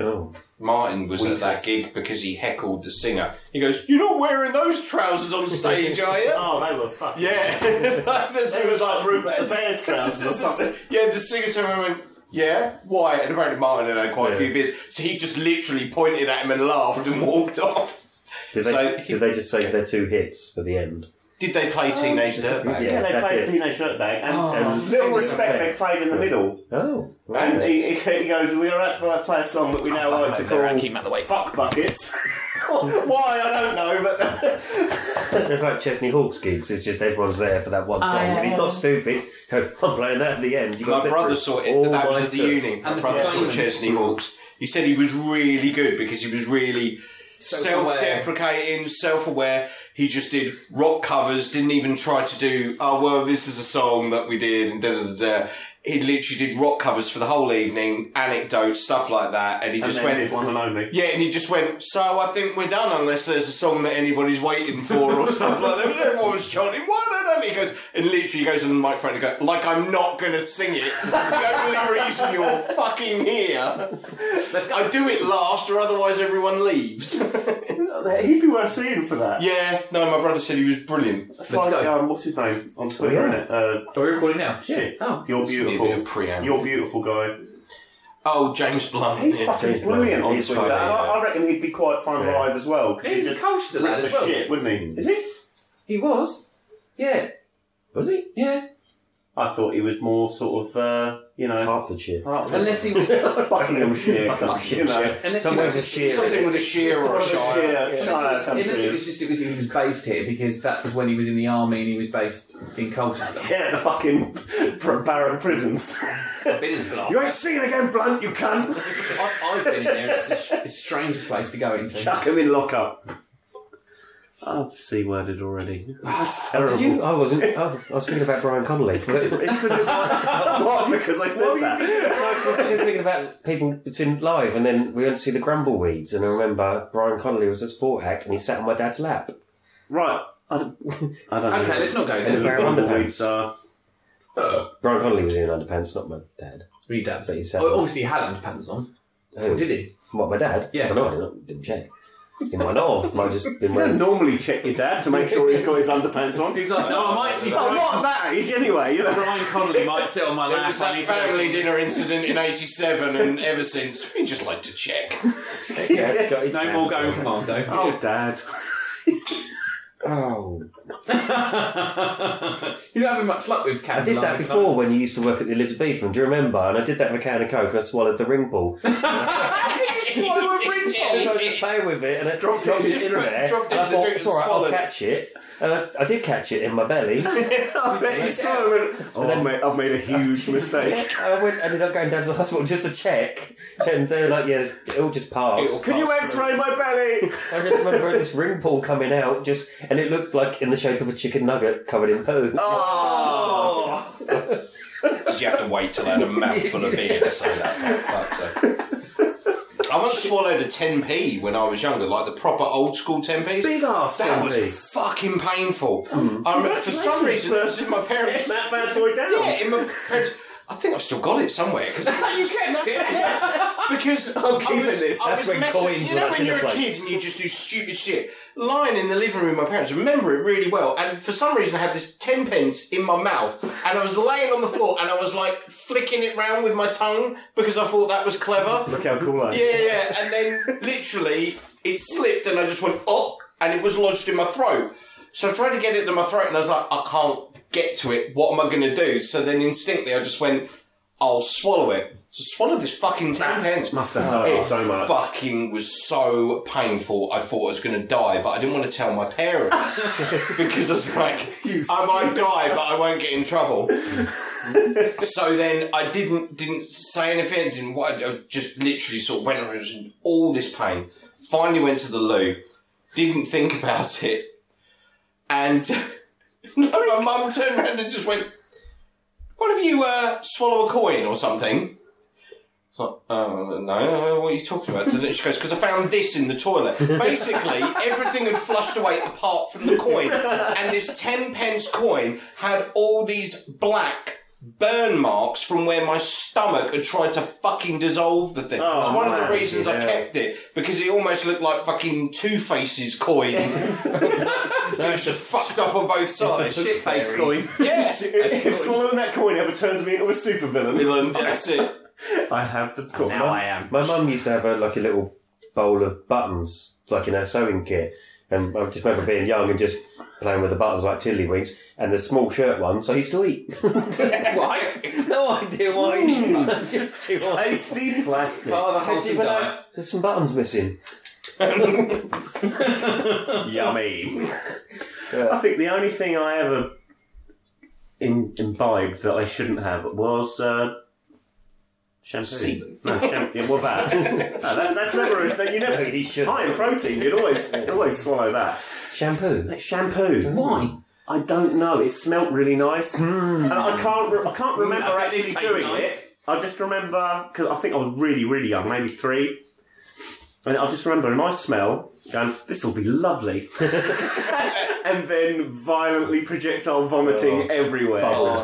B: Oh.
D: Martin was at that gig because he heckled the singer. He goes, "You're not wearing those trousers on stage, are you?"
C: Oh, they were fucking.
D: Yeah, like this,
C: It was like Rupert the Bear's trousers or something.
D: Yeah, the singer to him went, Yeah, why? And apparently Martin had had quite a few beers, so he just literally pointed at him and laughed and walked off.
B: Did they,
D: So-
B: did they just save their two hits for the end?
D: Did they play Teenage Dirtbag?
B: Oh. Yeah,
C: Yeah, they
B: that's
C: played
B: it.
C: Teenage Dirtbag, and, and
B: Teenage
C: little respect they
B: Dirtbag.
C: played in the middle.
B: Oh,
C: And he, he goes, we are about to play a song that we now like to
F: They're
C: call
F: keep him out of the way.
C: Fuck Buckets. Why, I don't know, but...
B: it's like Chesney Hawkes gigs. It's just everyone's there for that one song,
F: Ah, yeah,
B: and he's
F: yeah.
B: not stupid. So I'm playing that at the end. You got
D: My
B: set
D: brother
B: through
D: saw
B: all
D: it. That was
B: my
D: at the
B: sets.
D: uni. My
F: And the
D: brother saw
F: Diamonds.
D: Chesney Hawks. He said he was really good because he was really
F: Self-aware.
D: self-deprecating, self-aware. He just did rock covers. Didn't even try to do. Oh well, this is a song that we did, and da da da. da. He literally did rock covers for the whole evening, anecdotes, stuff like that, and he just
C: and
D: went.
C: then did one and only.
D: Yeah, and he just went, So I think we're done unless there's a song that anybody's waiting for or stuff like that. And everyone's chanting, What? And then he goes, and literally goes on the microphone and goes, Like I'm not going to sing it. It's the only reason you're fucking here.
F: Let's go.
D: I do it last or otherwise everyone leaves.
C: He'd be worth seeing for that.
D: yeah, no, my brother said he was brilliant.
C: It's
F: Let's
C: like,
F: go.
C: um, what's his name on Twitter,
B: yeah.
C: isn't it? Uh,
F: Are we recording now?
C: shit.
F: Oh.
C: You're
D: Maybe a
C: beautiful.
D: preamble.
C: You're beautiful guy.
D: Oh, James Blunt.
C: He's
D: yeah.
C: fucking
B: James
C: brilliant
B: Blunt.
C: on
B: He's
C: Twitter,
B: funny,
C: and I,
D: yeah.
C: I reckon he'd be quite fun
B: Yeah.
C: live as well. 'cause
F: He was a coach to that
C: ripped
F: as
C: the
F: well.
C: shit, wouldn't he? Is he?
F: He was. Yeah.
B: Was he
F: Yeah.
C: I thought he was more sort of, uh, you know,
B: Hertfordshire?
F: Unless he was.
C: Buckinghamshire, you know.
F: Unless
B: Somewhere with
F: he
B: a
F: was
B: sheer.
D: Something with a shear or a shire.
C: Yeah, Shire
F: Unless it
C: country
F: was
C: is-
F: just it was, he was based here because that was when he was in the army and he was based in Colchester.
C: Yeah, the fucking pr- barrack prisons.
F: I've been in the blast.
C: you ain't seen again, Blunt, you cunt!
F: I've, I've been in there. It's the sh- it's the strangest place to go into.
C: Chuck him in lockup. I've C worded already. That's terrible.
B: Did you? I wasn't. I was, I was thinking about Brian Connolly.
C: It's because it, it's 'cause it's like, what? Because I said that.
B: I was just thinking about people that's in live, and then we went to see the Grumbleweeds, and I remember Brian Connolly was a sport act, and he sat on my dad's lap.
C: Right. I don't, I don't know.
F: Okay, let's not go
C: And the
F: there.
B: Pair of
C: bumbleweeds
B: underpants.
C: are-
B: Brian Connolly was in underpants, not my dad.
F: He does.
B: But he said-
F: Oh, obviously, he had underpants on.
B: Who?
F: Oh, Did he?
B: What, my dad?
F: Yeah.
B: I don't know, I didn't, didn't check. He might not have. Might have just been
C: You don't
B: wearing...
C: normally check your dad to make sure he's got his underpants on.
F: He's like, no, I might see
C: Well,
F: Brian,
C: not at that age, anyway. You know.
F: Brian Connolly might sit on my
D: There
F: lap.
D: was
F: I
D: that
F: need to go-
D: family dinner incident in 87 and ever since, we just like to check.
B: Yeah, he's got his
F: No
B: pants
F: more going
B: on.
F: commando.
C: Oh, dad.
B: Oh.
F: You're not having much luck with
B: I
F: cats.
B: did that
F: aren't you?
B: before when you used to work at the Elizabethan, do you remember? And I did that with a can of Coke and I swallowed the ring ball. I was playing with it and I dropped,
C: it in
B: it in
D: the-
B: there.
D: dropped
B: and I
D: it in the
B: thought,
D: drink
B: it's
D: and
B: alright, I'll
D: swallowed it."
B: catch it. And I, I did catch it in my belly.
C: I bet you saw him and- oh, I've made, I've made a huge mistake.
B: I went, ended up going down to the hospital just to check. And they're like, yes, it all just passed.
D: It'll
C: Can you x-ray my belly?
B: I just remember this ring ball coming out, just and it looked like in the shape of a chicken nugget covered in poo.
C: Oh.
D: Did you have to wait till I had a mouthful of beer to say that? For fuck's sake. I once swallowed a 10p when I was younger, like the proper old school 10p's.
C: Big ass
D: That
C: 10p.
D: was fucking painful. I remember for some reason, it was in my parents.
C: That bad boy down.
D: Yeah, in my parents. I think I've still got it somewhere. Cause you kept it? because I'm
C: keeping this.
D: I
B: That's
D: was
B: when
D: messing-
B: coins
D: You know
B: were
D: when
B: in
D: you're a
B: the
D: kid
B: place.
D: and you just do stupid shit? Lying in the living room with my parents, I remember it really well. And for some reason, I had this 10 pence in my mouth. And I was laying on the floor and I was like flicking it round with my tongue because I thought that was clever.
C: Look how cool I am.
D: Yeah, yeah, yeah. And then literally it slipped and I just went up and it was lodged in my throat. So I tried to get it to my throat and I was like, I can't get to it. What am I going to do? So then instinctively I just went, I'll swallow it. So I swallowed this fucking 10 pence.
C: Must have hurt
D: It
C: so much.
D: fucking was so painful. I thought I was going to die, but I didn't want to tell my parents because I was like, I might die, but I won't get in trouble. so then I didn't didn't say anything. Didn't wa- I just literally sort of went around in all this pain. Finally went to the loo. Didn't think about it, and my mum turned around and just went, "What if you uh, swallow a coin or something?" It's like, oh, no, what are you talking about? And then she goes, because I found this in the toilet. Basically, everything had flushed away apart from the coin. And this 10 pence coin had all these black burn marks from where my stomach had tried to fucking dissolve the thing.
C: Oh,
D: it's one of
C: man,
D: the reasons I
C: yeah.
D: kept it, because it almost looked like fucking Two Face's coin. it was just fucked up on both sides.
F: Shit face coin.
D: Yeah.
C: If swallowing that coin ever turns me into a supervillain,
D: That's it.
C: I have the
B: Cool.
F: Now
B: my,
F: I am.
B: My mum used to have a, like a little bowl of buttons, like in her sewing kit. And I just remember being young and just playing with the buttons like tiddlywinks and the small shirt ones I used to eat.
F: Why?
B: no idea why.
H: Just too much.
C: tasty plastic.
F: Part of a
B: How do
F: wholesome
B: you know?
F: diet.
B: There's some buttons missing.
C: Yummy. I think the only thing I ever in, imbibed that I shouldn't have was uh, shampoo.
B: Semen.
C: No, shampoo. Yeah, what that? No, that? That's never. That you never.
B: No, he shouldn't.
C: High in protein. You'd always, you'd always swallow that.
B: Shampoo.
C: Like shampoo.
F: Why? Hmm.
C: I don't know. It smelt really nice. And I can't. Re- I can't remember
F: I bet this
C: actually
F: tastes
C: doing
F: nice.
C: it. I just remember because I think I was really, really young, maybe three, and I just remember a nice smell. Going, this will be lovely, and then violently projectile vomiting
F: Oh.
C: everywhere.
F: I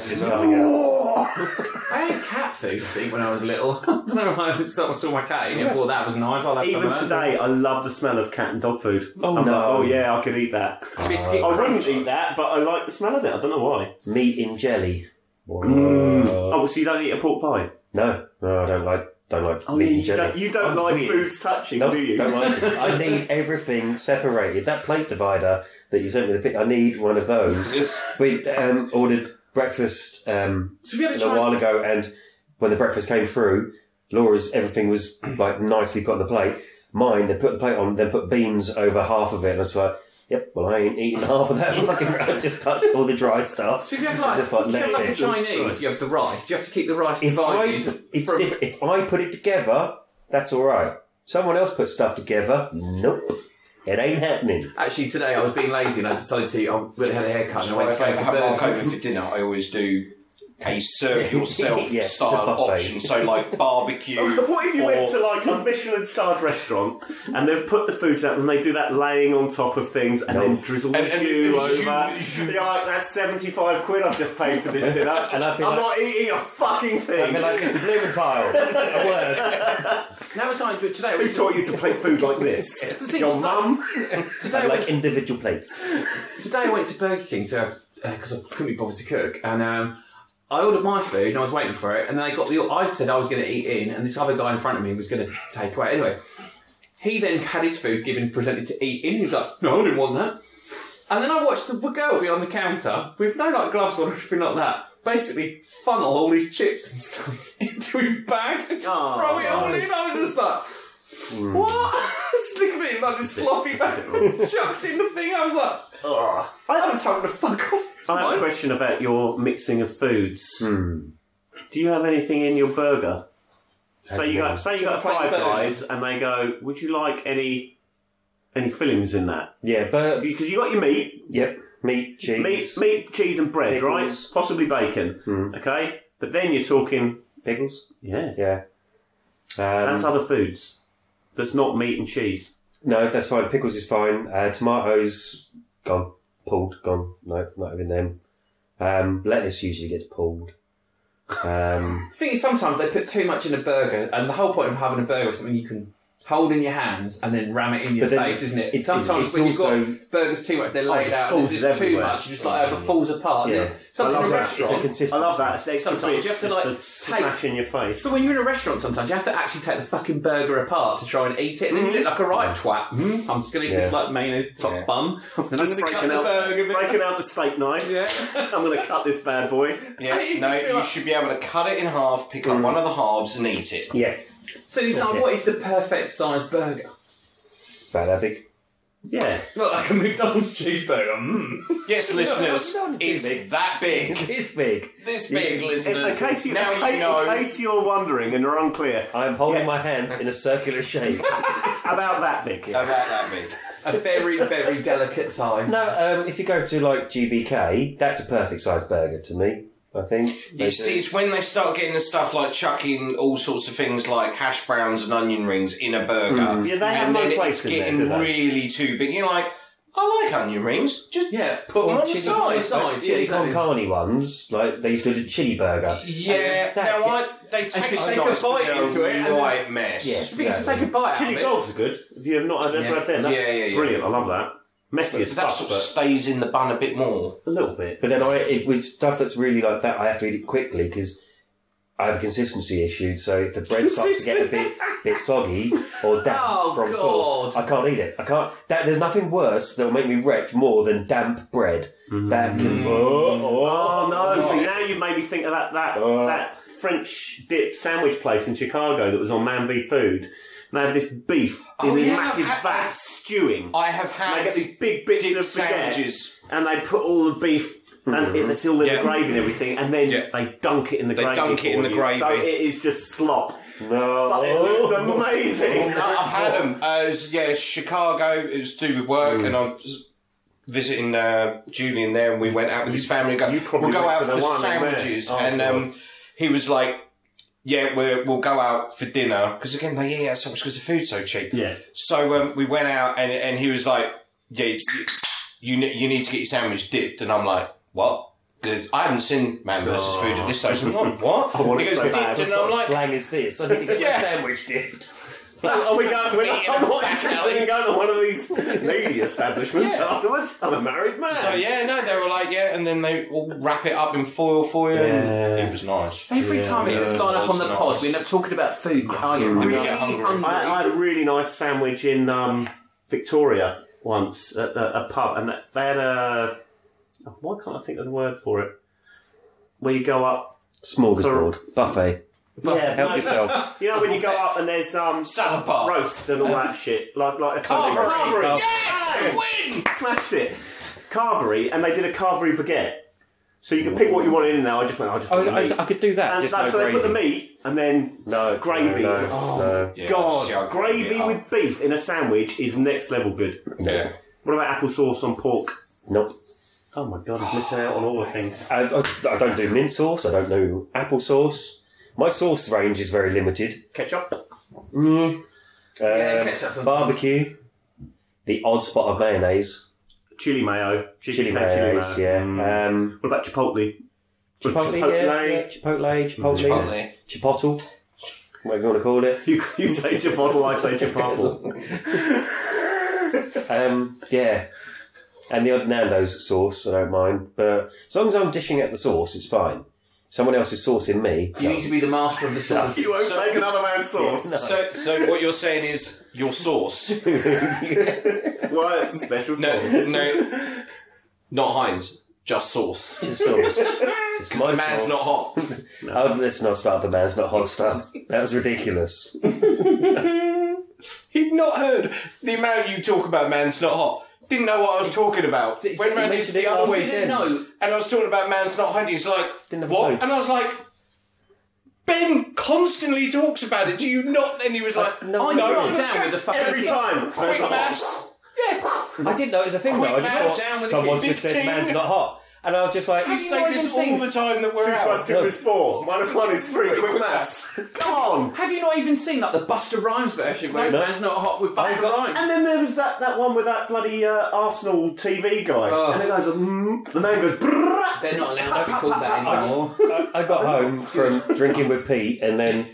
F: ate cat food I think, when I was little. I don't know why I just thought I saw my cat eating it. I thought that was nice. I'll have some uh,
C: Even
F: of that.
C: today, I love the smell of cat and dog food.
B: Oh,
C: I'm
B: no.
C: like, oh yeah, I could eat that.
F: Biscuit.
C: I wouldn't eat that, but I like the smell of it. I don't know why.
B: Meat in jelly.
C: oh, so you don't eat a pork pie?
B: No, no, I don't like. Don't like
C: Oh
B: meat
C: yeah,
B: in
C: you
B: jelly.
C: don't. You don't
B: I'm
C: like
B: weird.
C: foods touching,
B: No,
C: do you?
B: don't like it. I need everything separated. That plate divider that you sent me the pic, I need one of those. We um, ordered breakfast um,
F: So have you
B: a
F: ever
B: little
F: tried?
B: while ago, and when the breakfast came through, Laura's everything was like nicely put on the plate. Mine, they put the plate on, then put beans over half of it, and it's like, yep, well, I ain't eating half of that. Fucking, I just touched all the dry stuff.
F: So if you have like,
B: just like
F: if you have
B: left
F: like a
B: it.
F: Chinese, you have the rice. Do you have to keep the rice
B: If I,
F: divided?
B: it's
F: from-
B: different. If I put it together, that's all right. Someone else put stuff together. Nope, it ain't happening.
F: Actually, today I was being lazy and I decided to. I went and had a haircut and I
D: So
F: went
D: if
F: to
D: I
F: go
D: ever
F: to
D: have
F: Burger
D: Markover
F: King.
D: for dinner, I always do a serve yourself
B: Yeah, it's a
D: style
B: buffet.
D: option. So like barbecue.
C: What if you
D: or
C: went to like a Michelin starred restaurant and they've put the foods out and they do that laying on top of things and then drizzle
D: And- and-
C: you
D: and-
C: over? You're like, that's 75 quid I've just paid for this dinner.
B: And I'd
C: I'm
B: be like-
C: not eating a fucking
B: I
C: thing.
B: mean, like Mr. Blumenthal. a word.
F: That was nice, but today I
C: Who
F: went to-
C: taught you to plate food like this?
F: The thing's
C: Your
F: like-
C: mum?
F: Today I
B: I
F: went
B: like individual plates.
F: today I went to Burger King to because I couldn't be bothered to cook, and um, I ordered my food and I was waiting for it, and then I got the. I said I was going to eat in, and this other guy in front of me was going to take away. Anyway, he then had his food given presented to eat in. He was like, "No, I didn't want that." And then I watched the girl behind the counter with no like gloves on or anything like that. Basically, funnel all his chips and stuff into his bag and just
C: Oh,
F: throw it all
C: nice.
F: in. I was just like, "What?" just looking at him like this sloppy bag, chucked in the thing. I was like,
C: Ugh.
F: I haven't told him to fuck off. It's
C: I have a
F: mine.
C: question about your mixing of foods.
B: Hmm.
C: Do you have anything in your burger? So you got say you got
F: Plain
C: five
F: burger.
C: guys and they go, would you like any any fillings in that?
B: Yeah, but
C: Because you got your meat,
B: yep, meat, cheese.
C: meat, meat, cheese, and bread,
B: Pickles.
C: right? Possibly bacon. Okay, but then you're talking,
B: pickles.
C: yeah,
B: Yeah.
C: that's
B: Um,
C: other foods. That's not meat and cheese.
B: no, that's fine. Pickles is fine. Uh, tomatoes gone, pulled, gone. No, not even them. Um, lettuce usually gets pulled. Um,
F: The thing is, sometimes they put too much in a burger, and the whole point of having a burger is something you can hold in your hands and then ram it in your
B: But then
F: face, isn't it?
B: it's-
F: sometimes
B: it's
F: when
B: also-
F: you've got burgers too much, they're
C: it
F: laid
C: just
F: out, and
C: falls
F: there's just too
C: everywhere.
F: much, you just like over falls apart. and
B: Yeah.
F: then Sometimes in a
B: it's a
F: restaurant.
C: I
B: consistency.
C: love that. It's extra
F: Sometimes
C: bits
F: you have to,
C: just
F: like, take-
C: smash in your face.
F: So when you're in a restaurant, sometimes you have to actually take the fucking burger apart to try and eat it, and then you look like a right twat. Mm, I'm just going to eat this
B: Yeah.
F: like mayonnaise top
D: Yeah.
F: bun, then I'm going to cut
C: breaking
F: the
C: out,
F: burger. bit.
C: breaking out the steak knife.
F: Yeah.
C: I'm gonna cut this bad boy.
D: Yeah,
F: I just
D: no,
F: feel
D: you
F: like-
D: should be able to cut it in half, pick up one of the halves, and eat it.
B: Yeah,
F: So you
B: That's
F: like,
B: it.
F: what is the perfect size burger?
B: about that big.
C: Yeah.
F: Look like a McDonald's cheeseburger. Mm.
D: Yes, listeners,
B: no, no,
D: it's
B: Jimmy.
D: that big.
B: It's big.
D: This big,
C: In, in
D: listeners.
C: case you,
D: now
C: in, case,
D: you know.
C: in case you're wondering and are unclear
B: I'm holding
C: Yeah.
B: my hands in a circular shape.
C: about that big.
D: About that big.
F: A very, very delicate size.
B: no, um, if you go to like GBK, that's a perfect size burger to me. I think.
D: You see, it's when they start getting the stuff like chucking all sorts of things like hash browns and onion rings in a burger.
C: Yeah, they have
D: and
C: no
D: then
C: place
D: it's
C: in there,
D: getting
C: do they?
D: really too big. You're like, I like onion rings. Just
F: Yeah,
D: put them
B: Or
D: on the
B: chili-
D: side.
F: size.
B: chili con carne ones, like they used to do the chili burger.
D: Yeah,
B: And
D: now
B: that
D: I, they taste
F: take a
D: nice, but
F: bite
D: they're
F: into it and
D: a
F: then-
D: right mess.
B: Yes.
F: Because you take a bite out of
C: Chili
F: it.
C: dogs are good. If you have not I've
F: Yeah.
C: never had them, that's
D: Yeah, yeah, yeah.
C: brilliant. I love that. Messy as
D: So that
C: fuck,
D: sort of
C: but
D: stays in the bun a bit more.
C: a little bit.
B: But then I, it was stuff that's really like that. I have to eat it quickly because I have a consistency issue, so if the bread starts to get a bit bit soggy or damp
F: Oh,
B: from
F: God.
B: sauce, I can't eat it. I can't. That, there's nothing worse that will make me wretch more than damp bread. Damp.
D: Mm.
C: Oh no! See, now you've made me think of that that
D: Oh.
C: that French dip sandwich place in Chicago that was on Man v Food. And they had this beef in
D: Oh,
C: these
D: yeah,
C: massive
D: I've had
C: vat
D: that.
C: stewing.
D: I have
C: and they
D: had
C: get these big bits
D: dip
C: of spaghetti,
D: sandwiches. Mm-hmm.
C: and they put all the beef and it, it's all in
D: Yeah.
C: the gravy and everything, and then
D: Yeah.
C: they dunk it in the
D: They
C: gravy.
D: dunk it in
C: for
D: the
C: you. So
D: gravy.
C: it is just slop.
B: No.
C: But it looks amazing.
D: Oh, No, I've had them. Uh, it was, yeah, Chicago. It was to do with
C: Mm.
D: work, and I'm s- visiting uh, Julian there, and we went out with his family. And go,
C: you probably
D: we'll go
C: went
D: out
C: to the
D: for
C: one in there.
D: sandwiches,
C: Oh,
D: and um, he was like, "Yeah, we're, we'll go out for dinner because again they eat out so much because the food's so cheap."
C: Yeah.
D: So um, we went out, and and he was like, "Yeah, you, you ne- you need to get your sandwich dipped," and I'm like, "What?" Good. I haven't seen Man versus Food at this stage. I'm like, What? I
C: want it so bad.
D: dipped, and
C: It's
D: I'm like,
B: slang is this? I need to get
D: Yeah.
B: my sandwich dipped.
C: Are Oh, we going? We're not, I'm not
D: Back
C: interested in going to one of these media establishments afterwards. I'm a married man.
D: So yeah, no, they were like yeah, and then they all wrap it up in foil for you. and It was nice.
F: Every time it's this line up on the
D: That's
F: pod,
D: nice.
F: we end up talking about food. Are you really
D: get hungry.
F: hungry?
C: I, I had a really nice sandwich in um, Victoria once at a, a pub, and that- they had a. Why can't I think of the word for it? Where you go up.
B: Smorgasbord. Buffet.
C: Yeah,
B: Help
C: no,
B: yourself.
C: You know when you go up and there's um
D: Salad bar.
C: roast and all that shit, like like a
D: Carvery.
C: Carvery.
D: Yes! Win!
C: smashed it. Carvery, and they did a Carvery baguette. So you can pick what you want in now. I just went. I
B: Oh,
C: just want
H: Oh, I,
C: the meat.
H: I, I could do that.
C: and
H: just
C: that's
H: no
C: where they put the
H: gravy.
C: meat, and then
B: No.
C: Gravy.
B: No, no,
C: Oh.
B: no.
D: Yeah,
C: God,
D: see, I got
C: gravy
D: it up.
C: with beef in a sandwich is next level good.
D: yeah.
C: What about applesauce on pork?
B: Nope.
C: Oh my god, I'm missing out on all the things.
B: I, I, I don't do mint sauce. I don't do apple sauce. My sauce range is very limited.
C: Ketchup.
F: Yeah,
B: Um,
F: ketchup sometimes.
B: barbecue. The odd spot of mayonnaise.
C: Chili mayo. Chili,
B: Chili
C: mayo. Chili
B: mayonnaise.
C: mayo.
B: Yeah.
C: Mm.
B: Um,
C: what about chipotle?
B: Chipotle, yeah, yeah, Chipotle, Chipotle,
D: Chipotle.
B: Chipotle, whatever you want to call it.
C: You, you say chipotle, I say chipotle.
B: Um, yeah, and the odd Nando's sauce, I don't mind. But as long as I'm dishing out the sauce, it's fine. Someone else is saucing me.
F: You need to be the master of the sauce.
C: you won't take another man's sauce.
D: So, so what you're saying is your sauce?
C: Why it's special
D: No,
C: sauce?
D: no, not Heinz, just sauce.
B: Just sauce. Just my
D: The man's
B: sauce.
D: not hot.
B: Oh, let's not start the man's not hot stuff. That was ridiculous.
D: He'd not heard the amount you talk about. Man's not hot. Didn't know what I was talking about.
B: It's-
D: Went
B: you
D: round
B: mentioned
D: the
B: it
D: other
B: last
D: week,
F: weekend. No.
D: and I was talking about man's not hot. He's like,
B: Didn't have a
D: what?
B: clue.
D: And I was like, Ben constantly talks about it. Do you not? And he was like,
F: I
D: No,
F: wrote down with the fucking.
C: Every time.
D: quick maps. Yeah,
B: I didn't know it was a thing though. I
D: Quick,
B: just
D: man,
B: thought
D: down with the
B: someone
D: kid.
B: just said
D: 15.
B: man's not hot, and I was just like,
D: you say this all the time that we're
C: Two plus
D: out.
C: two is four. Minus one is three. Quick maths. Come on.
F: Have you not even seen like the Buster Rhymes version where
B: No.
F: man's not hot with Buster Rhymes?
C: And then there was that, that one with that bloody uh, Arsenal TV guy.
F: Oh.
C: And the guy's like, mm, the name goes, brrrr.
F: They're not allowed to be called that anymore.
B: I got home from drinking with Pete, and then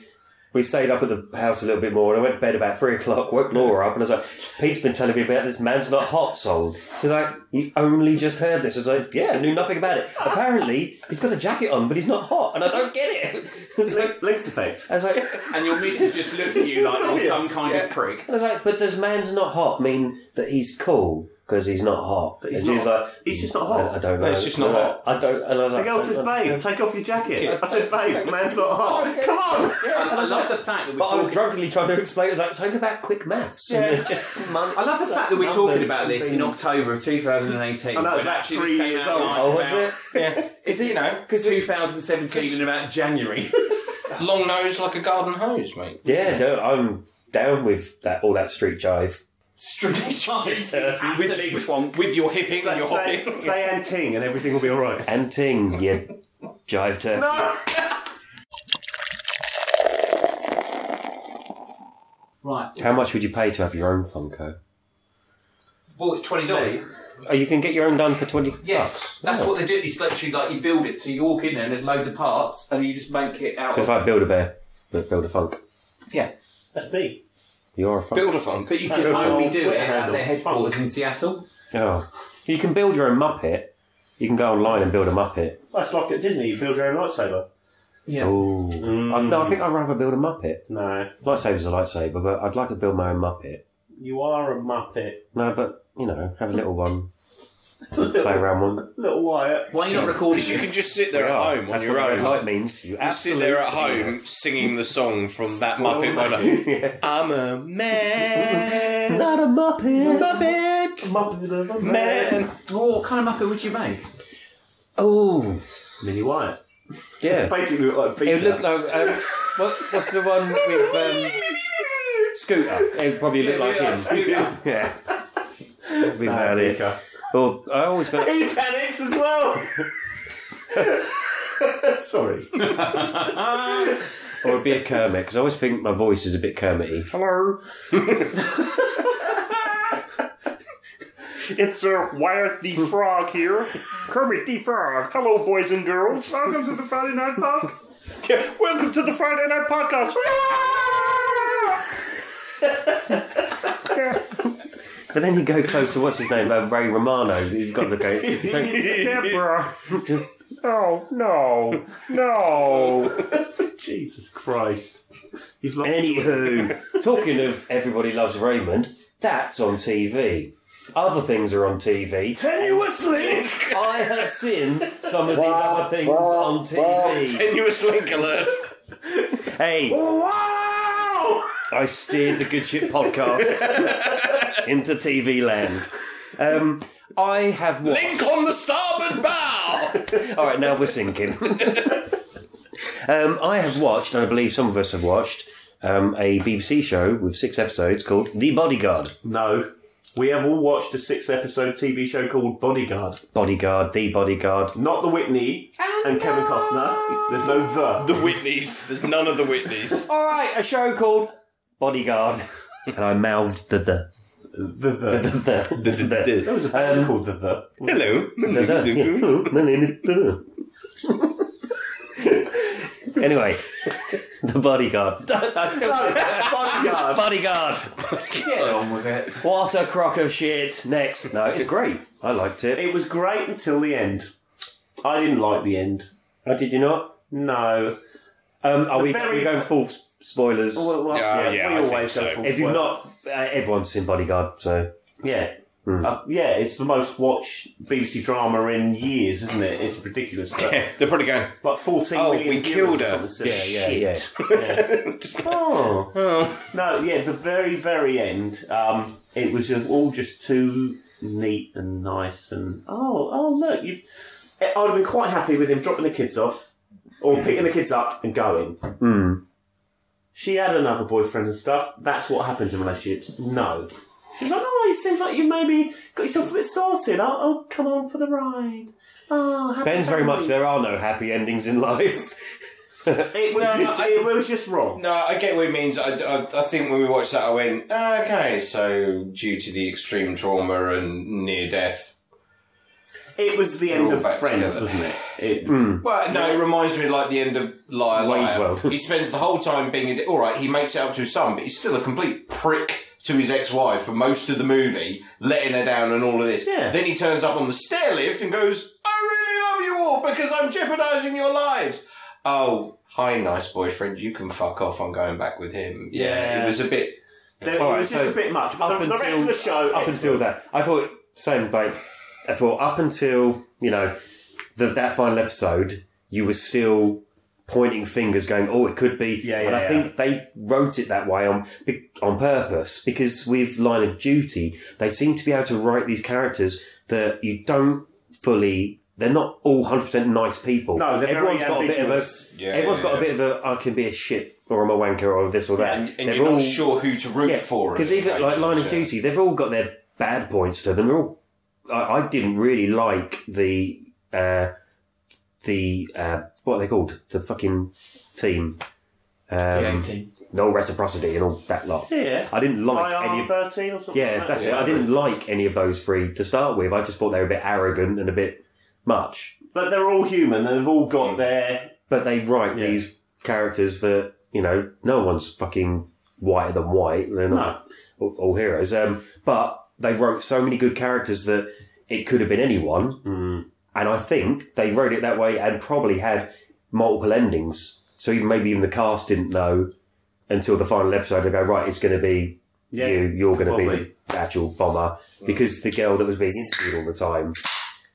B: we stayed up at the house a little bit more. And I went to bed about three o'clock. Woke Laura up, and I was like, "Pete's been telling me about this man's not hot song." She's like, "You've only just heard this." I was like, "Yeah, I knew nothing about it. Apparently, he's got a jacket on, but he's not hot, and I don't get it." I was like,
C: Link's effect.
B: I was like,
F: And your missus just looked at you like you're some
C: Obvious,
F: kind of prick.
B: I was like, but does man's not hot mean that he's cool because he's not hot?
C: But he's
B: and she was
C: not-
B: like,
C: he's just not hot.
B: I, I don't know.
D: No, it's just not
B: I was like,
D: hot.
B: I don't. And I was
C: The
B: like,
C: girl says,
B: I- I-
C: babe, take off your jacket. I said, babe, man's not hot. Come on.
F: I love the fact that we're
B: But I was
F: talking.
B: drunkenly trying to explain it, like something about quick maths. Yeah. just mon-
F: I love the fact that we're talking
B: Numbers
F: about
B: and
F: this in
B: things.
F: October of 2018.
C: I know, it's
F: when
C: about
F: actually
C: three
F: this came
C: years
F: out
C: old.
F: like
B: Oh, was
F: about
B: it?
D: Yeah, is it you know
F: 2017 in about January.
D: long nose like a garden hose, mate?
B: Yeah, no, I'm down with that. All that street jive.
F: Absolute twonk.
D: With your hipping and your
C: Say,
D: hopping.
C: say and ting and everything will be alright.
B: And ting, you jive turkey.
F: Right.
B: How much would you pay to have your own Funko?
F: Well, it's twenty dollars.
B: Oh, you can get your own done for twenty.
F: Yes, that's what they do. It's literally like you build it. So you walk in there and there's loads of parts, and you just make it out.
B: So it's
F: Of,
B: like Build a Bear, but Build a Funk.
F: yeah,
C: That's me.
B: You're a funk.
D: Build a funk.
F: but you can
C: Oh,
F: only
C: well,
F: do it
C: with a
F: at
C: handle.
F: their headquarters in Seattle.
B: Oh. You can build your own Muppet. You can go online and build a Muppet.
C: That's like at Disney, you build your own lightsaber.
F: Yeah.
B: Ooh. I've,
D: Hmm.
B: no, I think I'd rather build a Muppet.
C: No,
B: Lightsaber's a lightsaber, but I'd like to build my own Muppet.
C: you are a muppet.
B: No, but, you know, have a little one. Play around one.
C: Little Wyatt.
F: Why are you not recording
D: You
F: this?
D: can just sit there at home on
B: That's
D: your
B: what red
D: own.
B: light means. You
D: You sit
B: absolutely
D: there at home singing the song from that Muppet. Mono.
B: yeah.
D: I'm a man,
B: Not a Muppet.
D: Muppet,
C: Muppet.
D: man.
F: Well, what kind of Muppet would you make?
B: Oh,
C: Mini Wyatt.
B: yeah.
C: Basically, look like Peter.
B: It would look like um, what, what's the one with um, Scooter? It would probably look like him.
F: Yeah.
B: Yeah. That'd be
C: Ah,
B: about it.
C: Peter.
B: Well, I always felt
C: He panics as well. Sorry.
B: I would be a Kermit because I always think my voice is a bit Kermity.
C: Hello.
G: It's uh, Wyatt the Frog here. Kermit the Frog. Hello, boys and girls. Welcome to the Friday Night Podcast. Welcome to the Friday Night Podcast.
B: But then you go close to what's his name, uh, Ray Romano. He's got the go. he's like, Deborah.
G: Oh, no. No.
C: Jesus Christ. You've lost.
B: Anywho, talking of Everybody Loves Raymond, that's on TV. Other things are on TV.
C: Tenuous link.
B: I have seen some of these other things on TV.
D: Tenuous link alert.
B: Hey,
C: Wow.
B: I steered the Good Ship podcast into TV land. Um, I have watched.
D: Link on the starboard bow.
B: All right, now we're sinking. um, I have watched, and I believe some of us have watched, um, a BBC show with six episodes called The Bodyguard.
C: No. We have all watched a six episode TV show called Bodyguard.
B: Bodyguard, The Bodyguard.
C: Not the Whitney and Kevin Costner. There's no the.
D: The Whitneys. There's none of the Whitneys.
B: All right, a show called Bodyguard. and I mouthed the the.
C: The the.
B: the, the, the, the.
C: There was a band called The The.
D: Um, Hello.
B: anyway, the bodyguard. I still
C: Bodyguard.
B: bodyguard.
F: Get on with it.
B: What a crock of shit. Next, no, it's great. I liked it.
C: It was great until the end. I didn't like the end.
B: Oh, did you not?
C: No.
B: Um, are
C: The
B: we,
C: very- Oh,
B: are we going full s- spoilers?
C: Well, well,
D: Yeah,
C: yeah,
D: yeah, I
C: we
D: think
C: always
D: so.
C: go for
B: if you've not, uh, everyone's seen Bodyguard, so
C: Yeah.
D: Mm.
C: Uh, yeah, it's the most watched BBC drama in years, isn't it? It's ridiculous. But
D: Yeah, They're probably going.
C: Like 14
D: Oh,
C: million
D: we
C: viewers
D: killed
C: or
D: her.
C: something, so-
B: yeah, yeah.
C: Oh.
D: Oh.
C: No, yeah, the very, very end, um, it was just, all just too neat and nice and, oh, oh, look, you, I- I'd have been quite happy with him dropping the kids off or picking the kids up and going.
B: Hmm.
C: She had another boyfriend and stuff. That's what happens in relationships. No. She's like, oh, it seems like you maybe got yourself a bit sorted. I'll, I'll come on for the ride. Oh, happy
B: Ben's very much
C: days."
B: there are no happy endings in life.
C: It was,
D: No,
C: just,
D: no, I-
C: it was just wrong.
D: No, I get what it means. I, I, I think when we watched that, I went, "Ah, okay, so due to the extreme trauma and near death.
C: It was the
D: We're
C: end
D: all
C: of
D: back
C: Friends,
D: together.
C: wasn't it? it
B: Hmm.
D: Well, no, it reminds me like the end of Liar Liar.
B: Wayne's World.
D: he spends the whole time being a di- all right. He makes it up to his son, but he's still a complete prick to his ex-wife for most of the movie, letting her down and all of this.
C: Yeah.
D: Then he turns up on the stair lift and goes, "I really love you all because I'm jeopardizing your lives." Oh, hi, nice boyfriend. You can fuck off. I'm going back with him. Yeah,
C: Yeah.
D: it was a bit.
C: There,
B: All
C: it
B: right,
C: was just
B: so
C: a bit much. But
B: up
C: the, the rest
B: until-
C: of the show,
B: Up until that, I thought same like I thought up until you know the, that final episode, you were still pointing fingers, going, "Oh, it could be."
C: Yeah,
B: and
C: yeah,
B: I
C: yeah.
B: think they wrote it that way on be- on purpose because with Line of Duty, they seem to be able to write these characters that you don't fully. They're not all hundred percent nice people.
C: No, they're
B: everyone's
C: very
B: got a bit of a.
C: ambiguous.
D: Yeah,
B: everyone's
D: yeah,
B: got
D: yeah.
B: a bit of a. I can be a shit or I'm a wanker or this or that.
D: And, and
B: They're
D: you're
B: all-
D: not sure who to root
B: yeah,
D: for. in
B: Because
D: the
B: even like Line of
D: relationship.
B: Duty, they've all got their bad points to them. They're all. I, I didn't really like the uh, the uh, what are they called the fucking team. Um,
F: Creating.
B: no reciprocity and all that lot.
C: Yeah.
B: I didn't like any.
C: IR
B: Of,
C: thirteen or something.
B: yeah,
C: like
B: that's it.
C: that.
B: I didn't like any of those three to start with. I just thought they were a bit arrogant and a bit much.
C: But they're all human, and they've all
B: Mm.
C: got their.
B: But they write
C: Yeah.
B: these characters that you know no one's fucking whiter than white. They're not
C: No,
B: all, all heroes. Um, but they wrote so many good characters that
C: Mm.
B: it could have been anyone. And I think they wrote it that way and probably had multiple endings. So even maybe even the cast didn't know until the final episode. They go right, it's going to be you. You're going to be the actual bomber
D: Mm.
B: because the girl that was being interviewed all the time,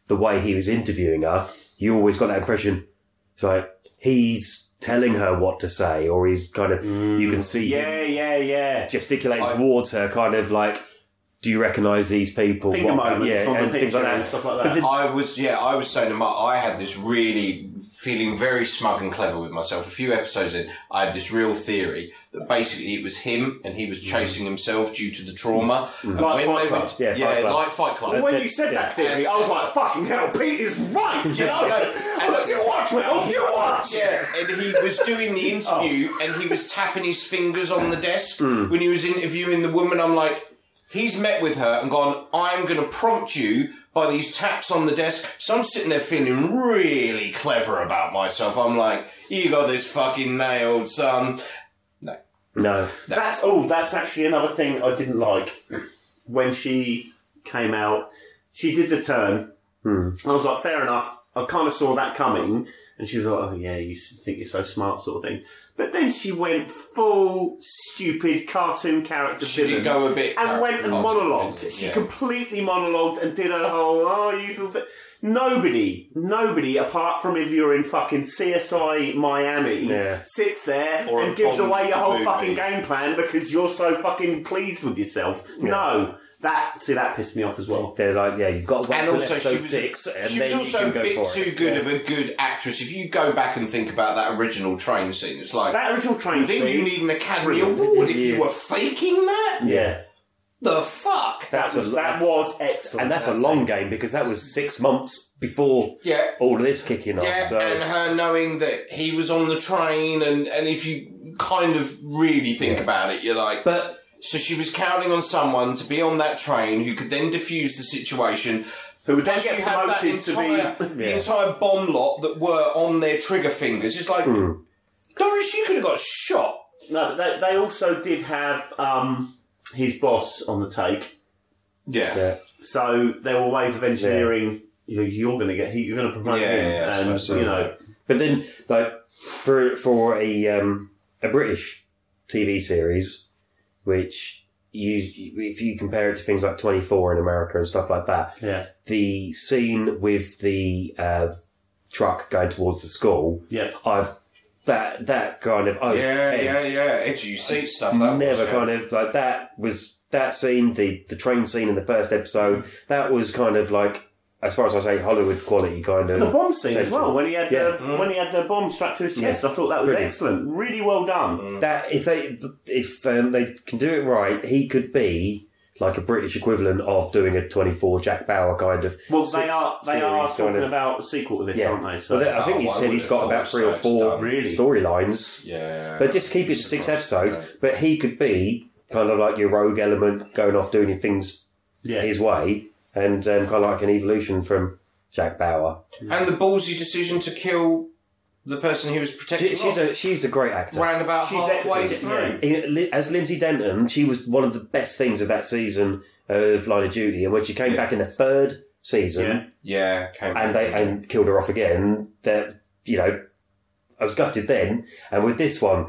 B: the way he was interviewing her, you always got that impression. It's like he's telling her what to say, or he's kind of you
D: Mm.
B: can see him
C: Yeah, yeah, yeah.
B: gesticulating towards her, kind of like, "Do you recognise these people?"
C: Finger
B: What-
C: moments on the
B: and things
C: picture
B: like that.
C: and stuff like that.
D: I was, yeah, I was saying to Mark, I had this really feeling very smug and clever with myself. A few episodes in, I had this real theory that basically it was him and he was
B: Mm.
D: chasing himself due to the trauma. And
C: Like
D: when
C: Fight
D: they
C: Club.
D: went-
B: Yeah,
D: Yeah,
B: Fight Club.
D: like Fight Club.
C: Well, when you said that theory, I was like, fucking hell, Pete is right, you know? I was like, you watch,
B: Oh,
C: Will, you watch!
D: Yeah, and he was doing the interview and he was tapping his fingers on the desk
B: Hmm.
D: when he was interviewing the woman. I'm like, he's met with her and gone, I'm going to prompt you by these taps on the desk. So I'm sitting there feeling really clever about myself. I'm like, you got this fucking nailed, son.
B: No,
C: That's, oh, that's actually another thing I didn't like. When she came out, she did the turn.
D: Hmm.
C: I was like, fair enough. I kind of saw that coming. And she was like, oh, yeah, you s- think you're so smart, sort of thing. But then she went full stupid cartoon character
D: She
C: villain.
D: did go a bit.
C: and went and monologued. She
D: Yeah.
C: completely monologued and did her whole, oh, you feel that. Nobody, nobody, apart from if you're in fucking CSI Miami,
B: Yeah.
C: sits there
D: Or a
C: and gives
D: Bond
C: away your whole
D: movie.
C: fucking game plan because you're so fucking pleased with yourself. No. That, see, that pissed me off as well.
B: they're like, "Yeah, you've got to wait
D: and
B: till
D: also
B: episode
D: she was,
B: six, and
D: she
B: then
D: was
B: you
D: also
B: can
D: a
B: go
D: bit
B: for it."
D: too good of a good actress. If you go back and think about that original train scene, it's like
C: That original train
D: I think
C: scene,
D: you need an Academy
C: Brilliant.
D: Award if
B: Yeah.
D: you were faking that?
C: yeah,
D: The fuck?
C: that
B: That's
C: was,
B: a-
C: that was excellent.
B: and that's a
C: that
B: long
C: scene.
B: game because that was six months before
D: Yeah.
B: all of this kicking off.
D: Yeah,
B: Oh, so
D: and her knowing that he was on the train, and, and if you kind of really think about it, you're like.
B: But-
D: so she was counting on someone to be on that train who could then defuse the situation.
C: Who would then
D: Plus,
C: get
D: you had that
C: promoted to
D: entire,
C: be.
D: the entire bomb lot that were on their trigger fingers. It's like,
B: Hmm.
D: Doris, you could have got shot.
C: No, they, they also did have um, his boss on the take.
D: Yeah.
B: Yeah.
C: So there were ways of engineering. You know, you're going to get you're going to promote
D: Yeah,
C: him,
D: yeah, yeah, I
C: and
D: suppose so.
C: you know,
B: But then, like for for a um, a British TV series, which you if you compare it to things like Twenty Four in America and stuff like that,
C: yeah,
B: the scene with the uh, truck going towards the school,
C: yeah.
B: I've that that kind of I was
D: Yeah, yeah,
B: tense.
D: yeah. Edge of your seat stuff. That
B: Never
D: was, yeah.
B: kind of like that was that scene the the train scene in the first episode that was kind of like as far as I say Hollywood quality kind
C: The
B: of
C: bomb scene as well when he had the
B: Yeah.
C: when he had the bomb strapped to his chest. I thought that was
B: Brilliant.
C: excellent. Really well done.
D: Mm.
B: that if they if um, they can do it right he could be. Like a British equivalent of doing a twenty-four Jack Bauer kind of.
C: Well,
B: six
C: they are they
B: series
C: are
B: kind
C: talking
B: of-
C: about a sequel to this,
B: Yeah.
C: aren't they? So
B: Well, I think
D: Oh,
B: he
D: I
B: said
D: would
B: he's
D: have
B: got
D: thought
B: about three or
D: so,
B: four
D: done.
C: Really?
B: storylines.
D: Yeah.
B: But just keep it to six episodes. But he could be kind of like your rogue element, going off doing things
C: yeah,
B: his way, and um, kind of like an evolution from Jack Bauer.
D: And the ballsy decision to kill the person he was
B: She,
D: protecting
B: she's a she's a great actor.
D: round about
C: She's
D: halfway
C: excellent,
D: through.
C: yeah.
B: He- Li- As Lindsay Denton, she was one of the best things of that season of Line of Duty. And when she came
D: Yeah.
B: back in the third season
C: Yeah.
D: Yeah, came
B: and they and killed her off again, that you know, I was gutted then. And with this one,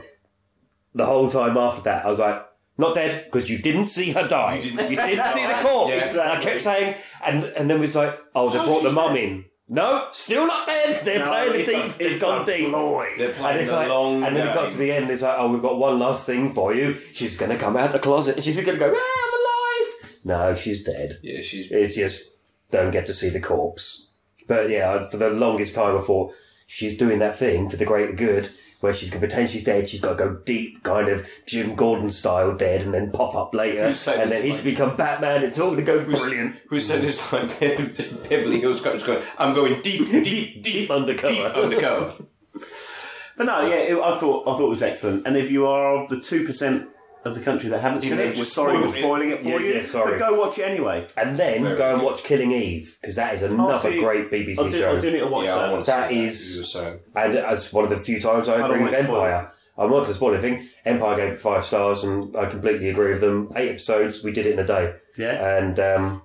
B: the whole time after that, I was like. Not dead because you didn't see her die. You didn't see, the corpse.
D: Yeah.
B: And I kept saying, and and then it's like, oh, they brought the mum in. No, still not dead. They're
C: No,
B: playing the
C: it's a-
B: deep. They've
C: it's
B: gone
C: a
B: deep.
C: ploy.
D: They're
B: And
D: playing
B: it's
D: the
B: like,
D: long
B: and then we got to
D: game.
B: the end. It's like, oh, we've got one last thing for you. She's gonna come out the closet and she's gonna go, ah, I'm alive. No, she's dead.
D: Yeah, she's
B: It's just don't get to see the corpse. But yeah, I- for the longest time, I thought she's doing that thing for the greater good, where she's gonna pretend she's dead. She's got to go deep, kind of Jim Gordon style dead, and then pop up later,
D: Who's saying
B: and then
D: this,
B: he's
D: like-
B: become Batman. It's all gonna go brilliant.
D: who said this like Beverly Hills Coach going, I'm going deep, deep, deep,
B: undercover.
D: deep undercover.
C: but no, yeah. It, I thought I thought it was excellent. And if you are of the two percent of the country that haven't seen
D: know,
C: it,
D: we're
C: we're sorry we're spoiling
D: spoiling
C: it for
B: Yeah,
C: you.
B: yeah, sorry.
C: But go watch it anyway.
B: And then
D: Very
B: go and
D: good.
B: watch Killing Eve because that is another
C: see,
B: great BBC
C: I do,
B: show.
C: I do need to watch
D: Yeah, I
C: that.
D: want to
B: That
D: see
B: is-
D: you were saying.
B: And as one of the few times I
C: don't
B: agree with
C: want to spoil
B: Empire. I'm not to spoil anything. Empire gave it five stars, and I completely agree with them. Eight episodes, we did it in a day.
C: Yeah.
B: And um,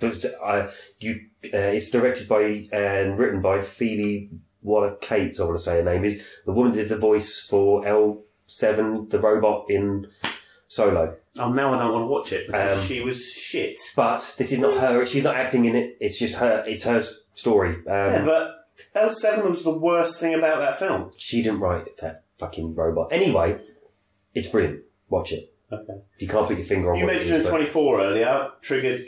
B: but, uh, you, uh, it's directed by and written by Phoebe Waller Cates, I want to say her name is, the woman that did the voice for L7, the robot in Solo.
C: Oh, now I don't want to watch it because
B: Um,
C: she was shit.
B: But this is not
C: Hmm.
B: her, she's not acting in it, it's just her, it's her s- story. Um,
C: yeah, but L7 was the worst thing about that film.
B: she didn't write that fucking robot. Anyway, it's brilliant. Watch it.
C: Okay.
B: If you can't put your finger on
C: You
B: what it
C: mentioned
B: is,
C: a
B: but-
C: 24 earlier, triggered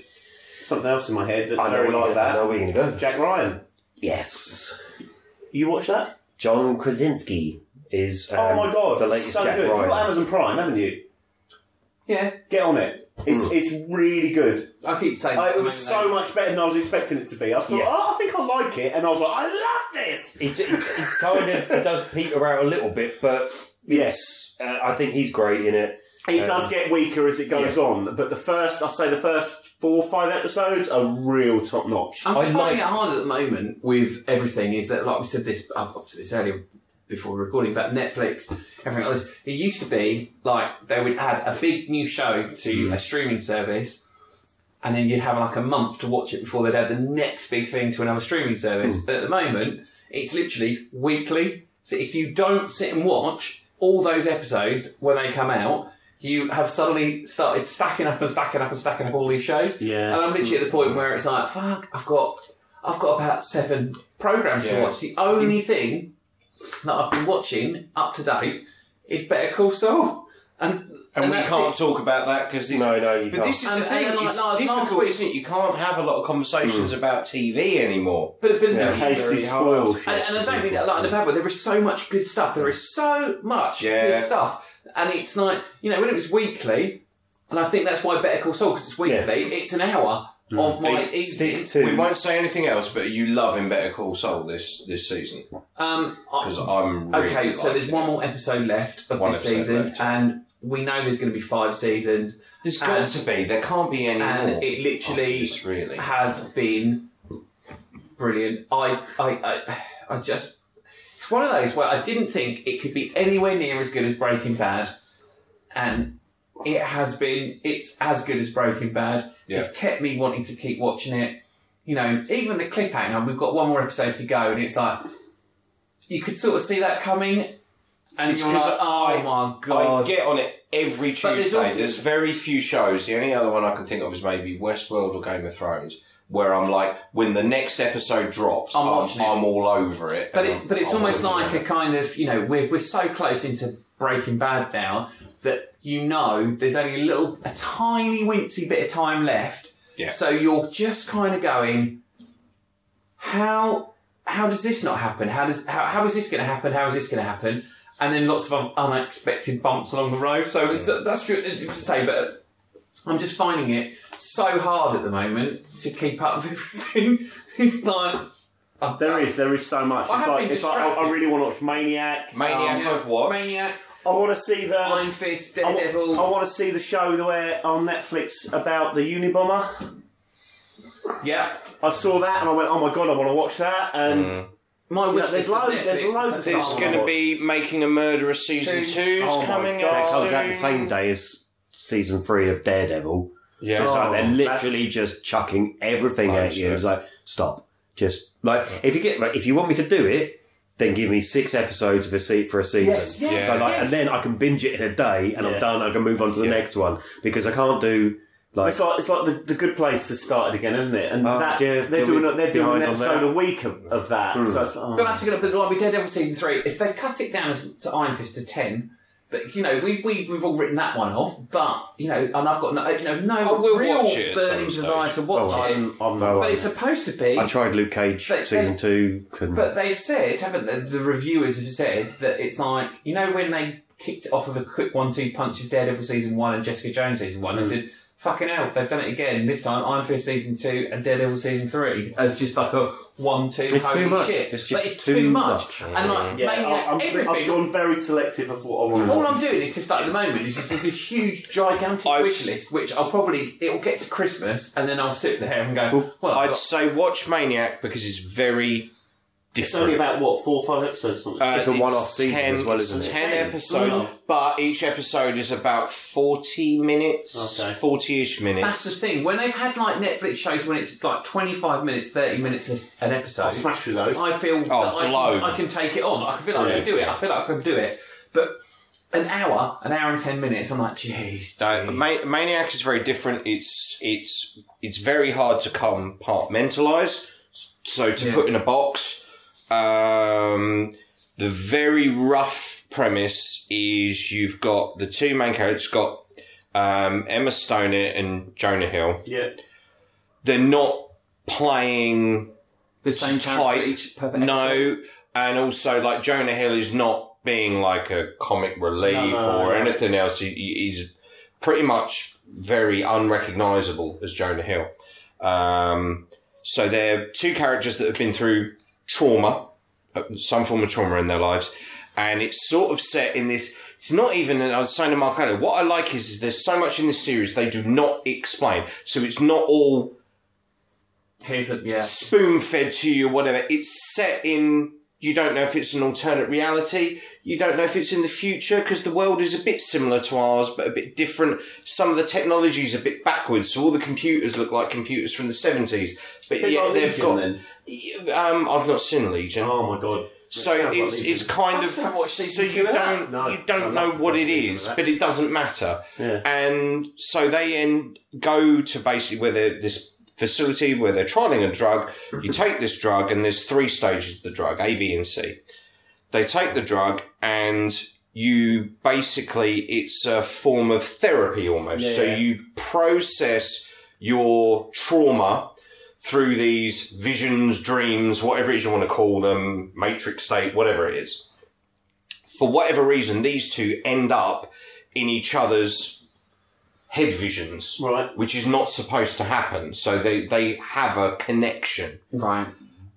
C: something else in my head that's
B: I know
C: very
B: where you're
C: like
B: gonna- I
C: that.
B: know where you're gonna go.
C: Jack Ryan.
B: Yes.
C: You watch that?
B: John Krasinski is.
C: oh
B: um,
C: my god,
B: The latest
C: so
B: Jack
C: good.
B: Ryan.
C: You've got Amazon Prime, haven't you?
F: Yeah,
C: Get on it. It's, it's really good.
F: I keep saying.
C: Uh,
F: that,
C: it was
F: I mean,
C: so much better than I was expecting it to be. I thought,
B: Yeah.
C: oh, I think I like it, and I was like, I love this.
B: It, it, it kind of does peter out a little bit, but
C: Yes,
B: uh, I think he's great in it.
C: it
B: Um,
C: does get weaker as it goes
B: yeah.
C: on, but the first, I say, the first four or five episodes are real top notch.
F: I'm
B: I
F: finding
B: like-
F: it hard at the moment with everything. Is that like we said this? I've I've said this earlier before recording about Netflix, everything like this. It used to be like they would add a big new show to
C: Mm.
F: a streaming service, and then you'd have like a month to watch it before they'd add the next big thing to another streaming service. But at the moment, it's literally weekly. So if you don't sit and watch all those episodes when they come out. You have suddenly started stacking up and stacking up and stacking up all these shows.
C: Yeah.
F: And I'm literally at the point where it's like, fuck, I've got, I've got about seven programs to
D: Yeah.
F: watch. The only thing that I've been watching up to date is Better Call Saul, and
D: And, we
F: that's
D: can't
F: it.
D: talk about that because
B: No, no, you
D: but
B: can't.
D: this is
F: And-
D: the thing.
F: and like
D: it's
F: last- last
D: difficult,
F: week-
D: isn't it? You can't have a lot of conversations about TV anymore.
F: But, but
B: Yeah.
F: no,
C: Tasty
D: Very
C: spoil
D: hard.
C: shit.
F: and, and I don't mean that like in a bad way. There is so much good stuff. There is so much
D: Yeah.
F: good stuff, and it's like you know when it was weekly, and I think that's why Better Call Saul because it's weekly. It's an hour
D: Hmm.
F: of my
D: Hey,
F: evening.
B: Stick to.
D: We won't say anything else, but you love in Better Call Saul this this season
F: Um, I-
D: because I'm really
F: Okay, so there's
D: liking
F: one
D: it.
F: more episode left of
D: One
F: this
D: episode
F: season,
D: left.
F: and we know there's going to be five seasons,
D: There's got
F: and-
D: to be. There can't be any
F: and
D: more.
F: it
D: after
F: literally
D: this, really.
F: has been brilliant. I, I, I, I just it's one of those where I didn't think it could be anywhere near as good as Breaking Bad, and it has been. It's as good as Breaking Bad. It's kept me wanting to keep watching it. You know, even the cliffhanger. We've got one more episode to go, and it's like you could sort of see that coming. And
D: It's
F: you're
D: 'cause
F: like, oh
D: I-
F: my
D: I
F: god!
D: get on it every Tuesday.
F: But there's
D: There's,
F: also-
D: very few shows. The only other one I can think of is maybe Westworld or Game of Thrones, where I'm like, when the next episode drops,
F: I'm
D: I'm,
F: watching it.
D: I'm all over it.
F: But
D: and
F: it,
D: I'm-
F: but it's
D: I'm
F: almost
D: all
F: like
D: over
F: a
D: it.
F: kind of you know we're we're so close into Breaking Bad now that you know there's only a little a tiny wincy bit of time left.
D: Yeah.
F: So you're just kind of going, how how does this not happen? How does how, how is this going to happen? How is this going to happen? And then lots of un- unexpected bumps along the road. So it's, that's true it's to say, but I'm just finding it so hard at the moment to keep up with everything. It's like I've-
C: There is, there is so much.
F: I
C: it's
F: have
C: like,
F: been
C: it's like I, I
F: distracted.
C: really want to watch Maniac.
D: Maniac
C: Um,
D: I've watched.
F: Maniac,
C: I want to see the.
F: Iron Fist,
C: I wa-
F: Daredevil.
C: I want to see the show that where on Netflix about the Unibomber.
F: yeah,
C: I saw that and I went, oh my god, I want to watch that. And
F: Mm. my wish
C: there's
F: list of
C: loads- there's
F: Netflix
C: loads of
F: is
C: stuff.
D: There's
C: Oh,
D: going
C: my
D: to be Making a Murderer season
F: Two.
D: two
C: Oh my
D: coming
C: God.
D: out.
C: It
B: comes out
D: soon.
B: the same day as season three of Daredevil.
A: Yeah.
B: So it's like
C: Oh,
B: they're
C: that's-
B: literally just chucking everything at you. It's like stop. Just like if you get like, if you want me to do it, then give me six episodes of a seat for a season.
F: Yes, yes,
B: so like,
F: yes.
B: and then I can binge it in a day, and
C: Yeah.
B: I'm done. I can move on to the next one because I can't do like
C: It's like it's like the, the Good Place has started again, isn't it? And
B: Oh,
C: that
B: dear,
C: they're
B: they're
C: doing
B: be-
C: a, they're doing an
B: behind on
C: episode
B: that.
C: a week of, of that. So it's like, oh.
F: But that's going to be like we Daredevil season three. If they cut it down as, to Iron Fist to ten, but you know we, we we've all written that one off. But you know, and I've got no no, no
D: we'll
F: real
D: watch it at
F: burning
D: some
F: desire to watch
B: Oh,
F: it.
C: I'm, I'm not
B: No,
F: but
B: I,
F: it's supposed to be.
B: I tried Luke Cage
F: But-
B: season two. Couldn't.
F: But they've said, haven't they, the reviewers have said that it's like you know when they kicked it off of a quick one-two punch of Daredevil season one and Jessica Jones season one. They
B: Mm.
F: said, "Fucking hell, they've done it again. This time, Iron Fist season two and Daredevil season three as just like a one-two.
B: It's
F: holy
B: too much.
F: shit.
B: It's just
F: but it's
B: too
F: too,
B: much.
F: much. And like
C: yeah,
F: Maniac,
C: I, I'm,
F: everything.
C: I've gone very selective of what I want to
F: all
C: watch.
F: I'm doing is just like at the moment is just this huge gigantic
D: I-
F: wish list, which I'll probably it'll get to Christmas and then I'll sit there and go, well, I've
D: I'd
F: got
D: say watch Maniac because it's very
C: It's only about what four or five episodes. Something.
D: Uh, ten- Ten episodes, but each episode is about forty minutes, forty-ish minutes.
F: That's the thing. When they've had like Netflix shows when it's like 25 minutes, 30 minutes an episode.
D: I'll smash through those.
F: I feel
D: Oh,
F: that I,
D: blown.
F: can, I can take it on. I feel like I
D: Yeah.
F: can do it. I feel like I can do it. But an hour, an hour and 10 minutes, I'm like, jeez.
D: No, but Ma- Maniac is very different. It's it's it's very hard to compartmentalize. So to put in a box, um, the very rough premise is you've got the two main characters, got um, Emma Stone and Jonah Hill.
C: Yeah.
D: They're not playing
F: the same character each per
D: No, and also like Jonah Hill is not being like a comic relief
F: No, no,
D: or
F: no.
D: anything else. He, he- he's pretty much very unrecognizable as Jonah Hill. Um, so they're two characters that have been through trauma, uh, some form of trauma in their lives, and it's sort of set in this. It's not even. I was saying to Marco, what I like is, is there's so much in this series they do not explain. So it's not all
F: Here's a, yeah.
D: spoon fed to you, whatever. It's set in. You don't know if it's an alternate reality. You don't know if it's in the future because the world is a bit similar to ours, but a bit different. Some of the technology is a bit backwards, so all the computers look like computers from the seventies. But
C: Bit
D: yet
C: like
D: they've
C: Legion,
D: got.
C: then.
D: Yeah, Um, I've not seen Legion.
C: Oh my god!
D: So
C: sounds like
D: it's
C: Legion.
D: it's kind of
F: haven't watched
D: so
F: season
D: you
F: two of that.
D: don't
C: No,
D: you
C: I'd
D: don't know
C: love to
D: what
C: watch
D: it
C: season
D: is,
C: of that.
D: but it doesn't matter.
C: Yeah.
D: And so they end go to basically where they're, this facility where they're trialing a drug. You take this drug, and there's three stages of the drug: A, B, and C. They take the drug, and you basically it's a form of therapy almost.
C: Yeah,
D: so
C: yeah.
D: you process your trauma through these visions, dreams, whatever it is you want to call them, matrix state, whatever it is. For whatever reason, these two end up in each other's head visions,
C: Right.
D: which is not supposed to happen. So they, they have a connection.
F: Right.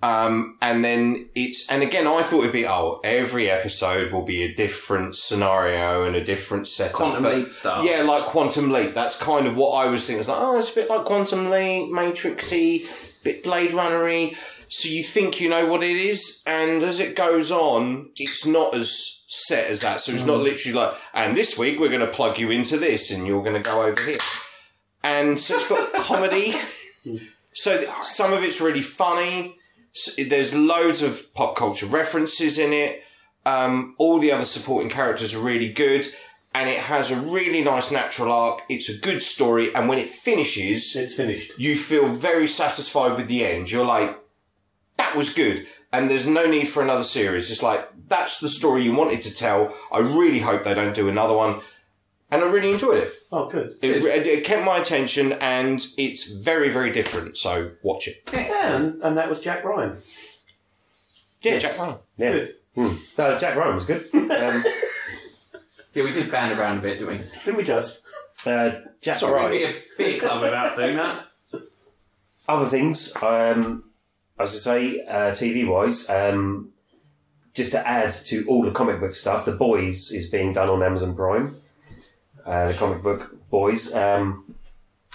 D: Um, and then it's, and again, I thought it'd be, oh, every episode will be a different scenario and a different setup.
F: Quantum
D: But-
F: Leap style.
D: Yeah, like Quantum Leap. That's kind of what I was thinking. It's like, oh, it's a bit like Quantum Leap, Matrixy, bit Blade Runnery. So you think you know what it is, and as it goes on, it's not as set as that. So it's not literally like, and this week we're going to plug you into this, and you're going to go over here. And so it's got comedy. So th- some of it's really funny. S- There's loads of pop culture references in it. Um, all the other supporting characters are really good, and it has a really nice natural arc. It's a good story, and when it finishes,
C: It's finished.
D: you feel very satisfied with the end. You're like, that was good. And there's no need for another series. It's like, that's the story you wanted to tell. I really hope they don't do another one. And I really enjoyed it.
C: Oh, good.
D: It, it, it kept my attention and it's very, very different. So watch it.
C: Yeah, and, and that was Jack Ryan.
D: Yeah,
B: Yes.
D: Jack Ryan.
B: Yeah.
C: Good.
B: Hmm. No, Jack Ryan was good. Um,
F: Yeah, we did band around a bit, didn't we?
C: Didn't we just?
B: uh, Jack
F: We'd be
B: Ryan.
F: a big club about doing that.
B: Other things, um, as I say, uh, TV wise, um, just to add to all the comic book stuff, The Boys is being done on Amazon Prime. Uh, the comic book Boys. Um,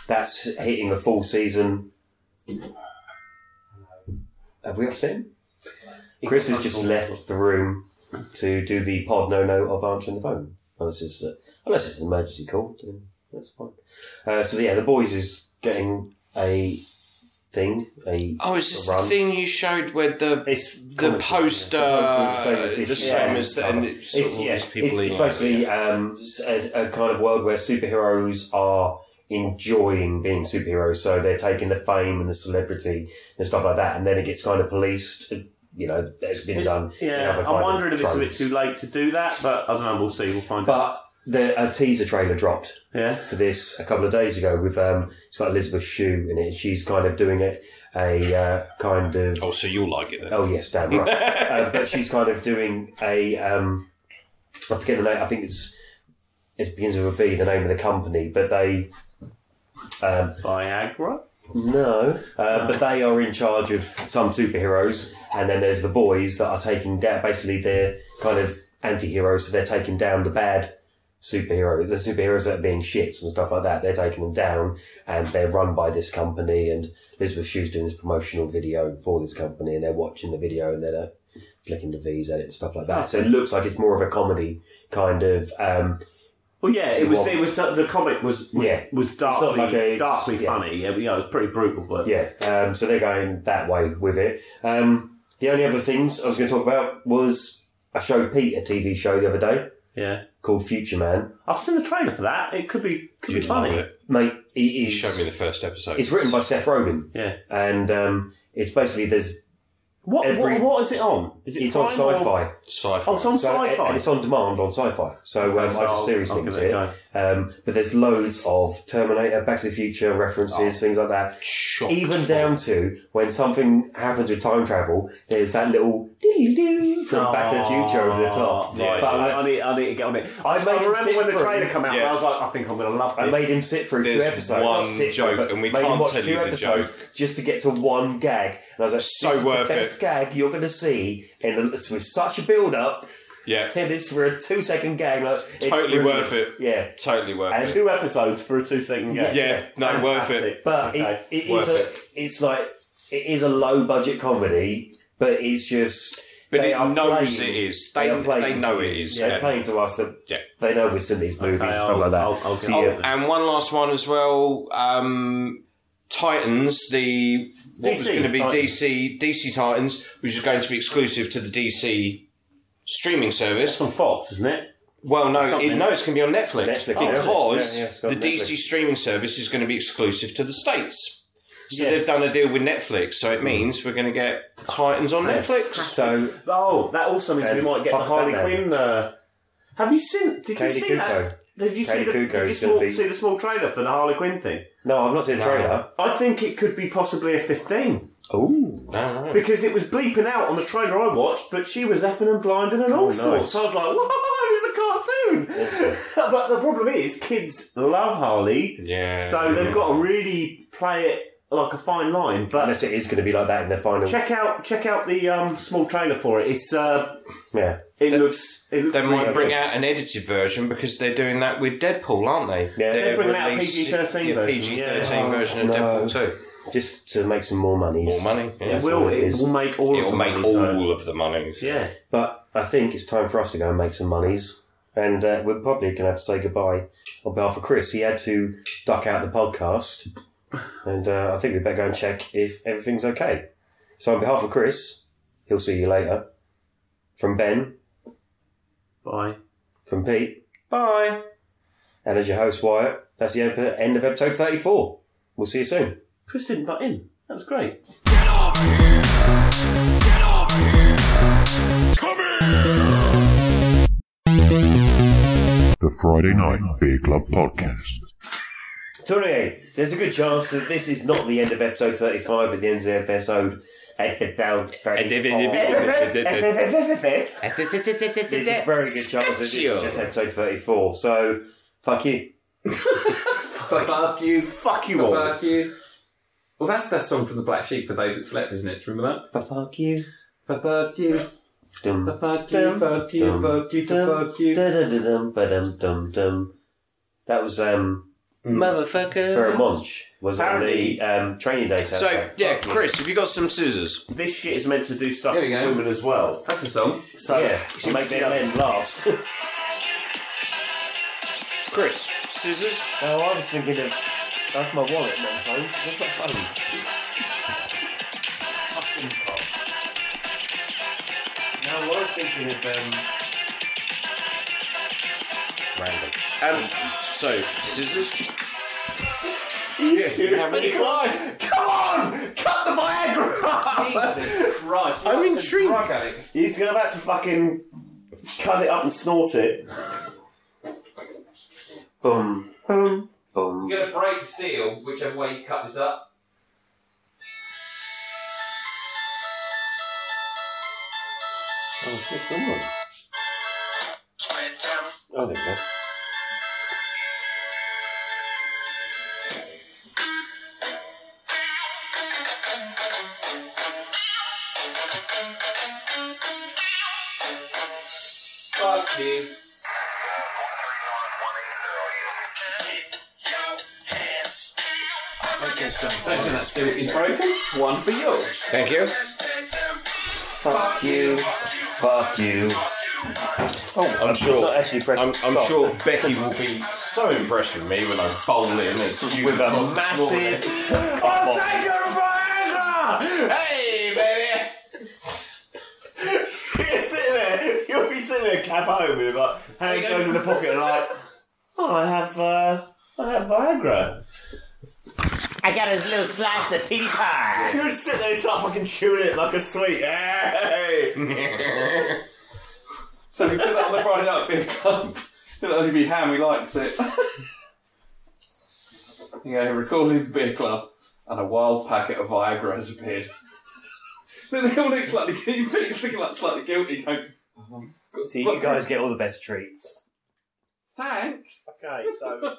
B: that's hitting the full season. Have we upset him? Chris has just left the room to do the pod no no of answering the phone. Unless it's, uh, unless it's an emergency call, then that's fine. Uh, so, yeah, The Boys is getting a thing. A
D: Oh, is this
B: a run.
D: the thing you showed where the
C: It's
D: the
C: comic book,
D: poster,
B: yeah. The poster's the same as
D: the
B: this,
D: same
B: yeah.
D: as the, and it's, sort
B: It's,
D: of all
B: yeah,
D: these people
B: it's, it's
D: in it.
B: basically um, s- as a kind of world where superheroes are enjoying being superheroes, so they're taking the fame and the celebrity and stuff like that, and then it gets kind of policed. uh, You know, that's been done. in
C: Yeah,
B: other kind
C: I'm
B: of
C: wondering if it's a bit
B: tropes.
C: too late to do that, but I don't know. We'll see. We'll find out.
B: But the, a teaser trailer dropped
C: Yeah.
B: for this a couple of days ago with um, it's got Elizabeth Shue in it. She's kind of doing it a uh, kind of
D: Oh, so you'll like it then.
B: Oh yes, damn right. uh, but she's kind of doing a um, I forget the name. I think it's it begins with a V. The name of the company, but they um,
C: Viagra.
B: no, uh, but they are in charge of some superheroes, and then there's the boys that are taking down. Basically, they're kind of anti-heroes, so they're taking down the bad superhero, the superheroes that are being shits and stuff like that. They're taking them down, and they're run by this company. And Elizabeth Shue's doing this promotional video for this company, and they're watching the video and they're like, flicking the V's at it and stuff like that. So it looks like it's more of a comedy kind of. Um,
C: Well, yeah, it was.
B: Well-
C: It was the comic was, was
B: Yeah.
C: was
B: not
C: darkly
B: like a-
C: darkly
B: yeah.
C: funny. Yeah, but, yeah, it was pretty brutal, but
B: yeah, um, so they're going that way with it. Um, the only other things I was going to talk about was I showed Pete a TV show the other day
C: yeah.
B: called Future Man.
C: I've seen the trailer for that. It could be could be
D: You'd love
C: funny.
D: it.
B: Mate, it
D: You
B: is.
D: showed me the first episode.
B: It's written by Seth Rogen,
C: Yeah.
B: and um, it's basically there's
C: What,
B: Every-
C: what what is it on? Is it
B: it's on
C: Prime or-
B: sci-fi.
D: sci-fi.
C: Oh, it's on
B: So,
C: sci-fi.
B: and it's on demand on Sci-Fi. So um,
C: Okay, so
B: I
C: I'll-
B: just series
C: I'll
B: things
C: give it a
B: here. Um, but there's loads of Terminator, Back to the Future references, things like that.
D: Oh, Shock.
B: Even down to when something happens with time travel, there's that little doo from Back to the Future over the top.
C: Oh,
D: Oh,
C: Right.
B: But
C: I,
B: I,
C: I, need, I need to get on it. I,
B: made him
C: remember
B: sit
C: when the
B: for it.
C: trailer came out, and
D: Yeah.
C: I was like, I think I'm going to love this.
B: I made him sit through two
D: There's
B: episodes.
D: one
B: Not sit
D: joke
B: but
D: and we
B: made him
D: can't
B: watch
D: tell
B: two
D: you the
B: episodes just to get to one gag. And I was like,
D: So
B: this is
D: worth
B: the best
D: it.
B: gag you're going to see in a, with such a build-up.
D: Yeah,
B: Here this for a two-second gag. Like, it's
D: Totally
B: brilliant.
D: worth it.
B: Yeah.
D: totally worth
B: And
D: it.
C: two episodes for a two second game.
D: Yeah, no, worth it.
B: But
C: Okay.
B: it, it
D: worth
B: is a,
D: it.
B: it's like it is a low budget comedy, but it's just.
D: But
B: they
D: it
B: are
D: knows
B: playing-
D: it is. They-
B: are playing
D: they know
B: to-
D: it is,
B: They're
D: yeah.
B: playing to us that
D: Yeah.
B: they know we've seen these movies
C: Okay,
B: and stuff
C: I'll-
B: like that.
C: I'll- I'll get
B: So,
C: on
B: yeah.
C: with it.
D: And one last one as well. Um, Titans, the what was
C: DC,
D: going to be
C: Titans.
D: DC DC Titans, which is going to be exclusive to the DC streaming service.
C: It's on Fox, isn't it?
D: Well, no,
C: Something.
D: it, no, it's going to be on Netflix,
B: Netflix, yeah.
D: because
B: Yeah, yeah, it's got
D: the
B: Netflix.
D: DC streaming service is going to be exclusive to the states. So
C: Yes.
D: they've done a deal with Netflix, so it means we're going to get Titans on Netflix.
B: so
C: Oh, that also means we
B: And
C: might get the
B: fuck
C: Harley
B: Batman.
C: Quinn. Uh, have you seen? Did
B: Kaylee
C: you see
B: Kuko.
C: that? Did you see
B: Kaylee
C: the?
B: Kuko
C: Did you
B: is gonna
C: small,
B: be-
C: see the small trailer for the Harley Quinn thing?
B: no, I've not seen the trailer.
C: I think it could be possibly a fifteen
B: Ooh,
C: because it was bleeping out on the trailer I watched, but she was effing and blinding and all
B: Oh,
C: sorts. I was like, "Whoa, it's a cartoon!" but the problem is, kids love Harley,
D: Yeah.
C: so they've got to really play it like a fine line. But
B: unless it is going to be like that in the final.
C: check out check out the um, small trailer for it. It's uh,
B: Yeah,
C: it looks it looks
D: They
C: really
D: might
C: good.
D: bring out an edited version because they're doing that with Deadpool, aren't they?
B: Yeah.
C: They're bringing out a
D: releasing-
C: PG-13
D: yeah,
C: version,
D: PG-13
C: yeah.
D: version of
B: No.
D: Deadpool 2.
B: just to make some more money.
D: More money. yeah.
C: It will.
B: what it
C: It
B: is.
C: will make all of
D: It'll
C: the
D: make
C: money,
D: all
C: so-
D: of the monies.
C: Yeah.
B: But I think it's time for us to go and make some monies. And uh, we're probably going to have to say goodbye on behalf of Chris. He had to duck out the podcast. And uh, I think we better go and check if everything's okay. So, on behalf of Chris, he'll see you later. From Ben,
C: Bye.
B: from Pete. Bye. And as your host, Wyatt, that's the ep- end of episode 34. We'll see you soon.
C: Chris didn't butt in. That was great.
I: The Friday Night Beer Club Podcast.
B: Tony, there's a good chance that this is not the end of episode 35, but the end of episode episode 35.
C: Bye.
B: There's a very good chance that this is just episode 34. So, fuck you.
F: Fuck
C: you. Fuck you all.
F: Fuck you. Well, that's that song from the Black Sheep for those that slept, isn't it? Do you remember that?
B: For fuck you.
F: For fuck you, for
B: Dum,
F: fuck you, fuck you,
B: dum,
F: fuck you, for
B: dum,
F: fuck you.
B: da-da-da-dum, ba-dum, dum, dum. That was um,
D: Motherfucker.
B: Vera Monch. Was on the um, training day
D: So,
B: Saturday.
D: yeah, Chris, have you got some scissors?
C: This shit is meant to do stuff
F: There we
C: to
F: go.
C: women as well.
F: That's the song.
C: So
B: yeah, to make their men last. oh,
D: Chris, scissors?
B: I was thinking of that's my wallet, my phone. That's my phone.
D: No, what I was thinking of um, random. Um, so scissors. Yes, you have any?
C: Come on! Cut the Viagra!
F: Jesus Christ.
D: I'm
F: you're
D: intrigued.
F: Drug addict.
C: He's gonna have to fucking cut it up and snort it.
B: Boom, boom, boom.
F: You're going to break the seal, whichever way you cut this up.
B: Oh, it's just one. Oh, there we go.
F: Fuck you.
J: Don't do that, Stu. It's broken. One for you.
C: Thank you.
J: Fuck you.
B: Fuck you.
C: Oh, I'm
B: not
C: sure.
B: actually pressed.
C: I'm, I'm sure Becky will be so impressed with me when I bowl in as
B: With a massive-
C: I'll take your Viagra! Hey, baby!
D: You're sitting there, you'll be sitting there, cab home, and like, hand goes in the pocket, and like, oh, I have, uh, I have Viagra.
G: I got his little slice of pea pie.
D: You'll sit there and start fucking chewing it like a sweet. Hey!
F: So we put that on the Friday night beer club. It'll only be Ham who likes it. you know, recorded the beer club, and a wild packet of Viagra has appeared. Then they all look slightly, you think it's looking like slightly guilty. Going, um,
B: So you guys get all the best treats.
F: Thanks.
D: okay, so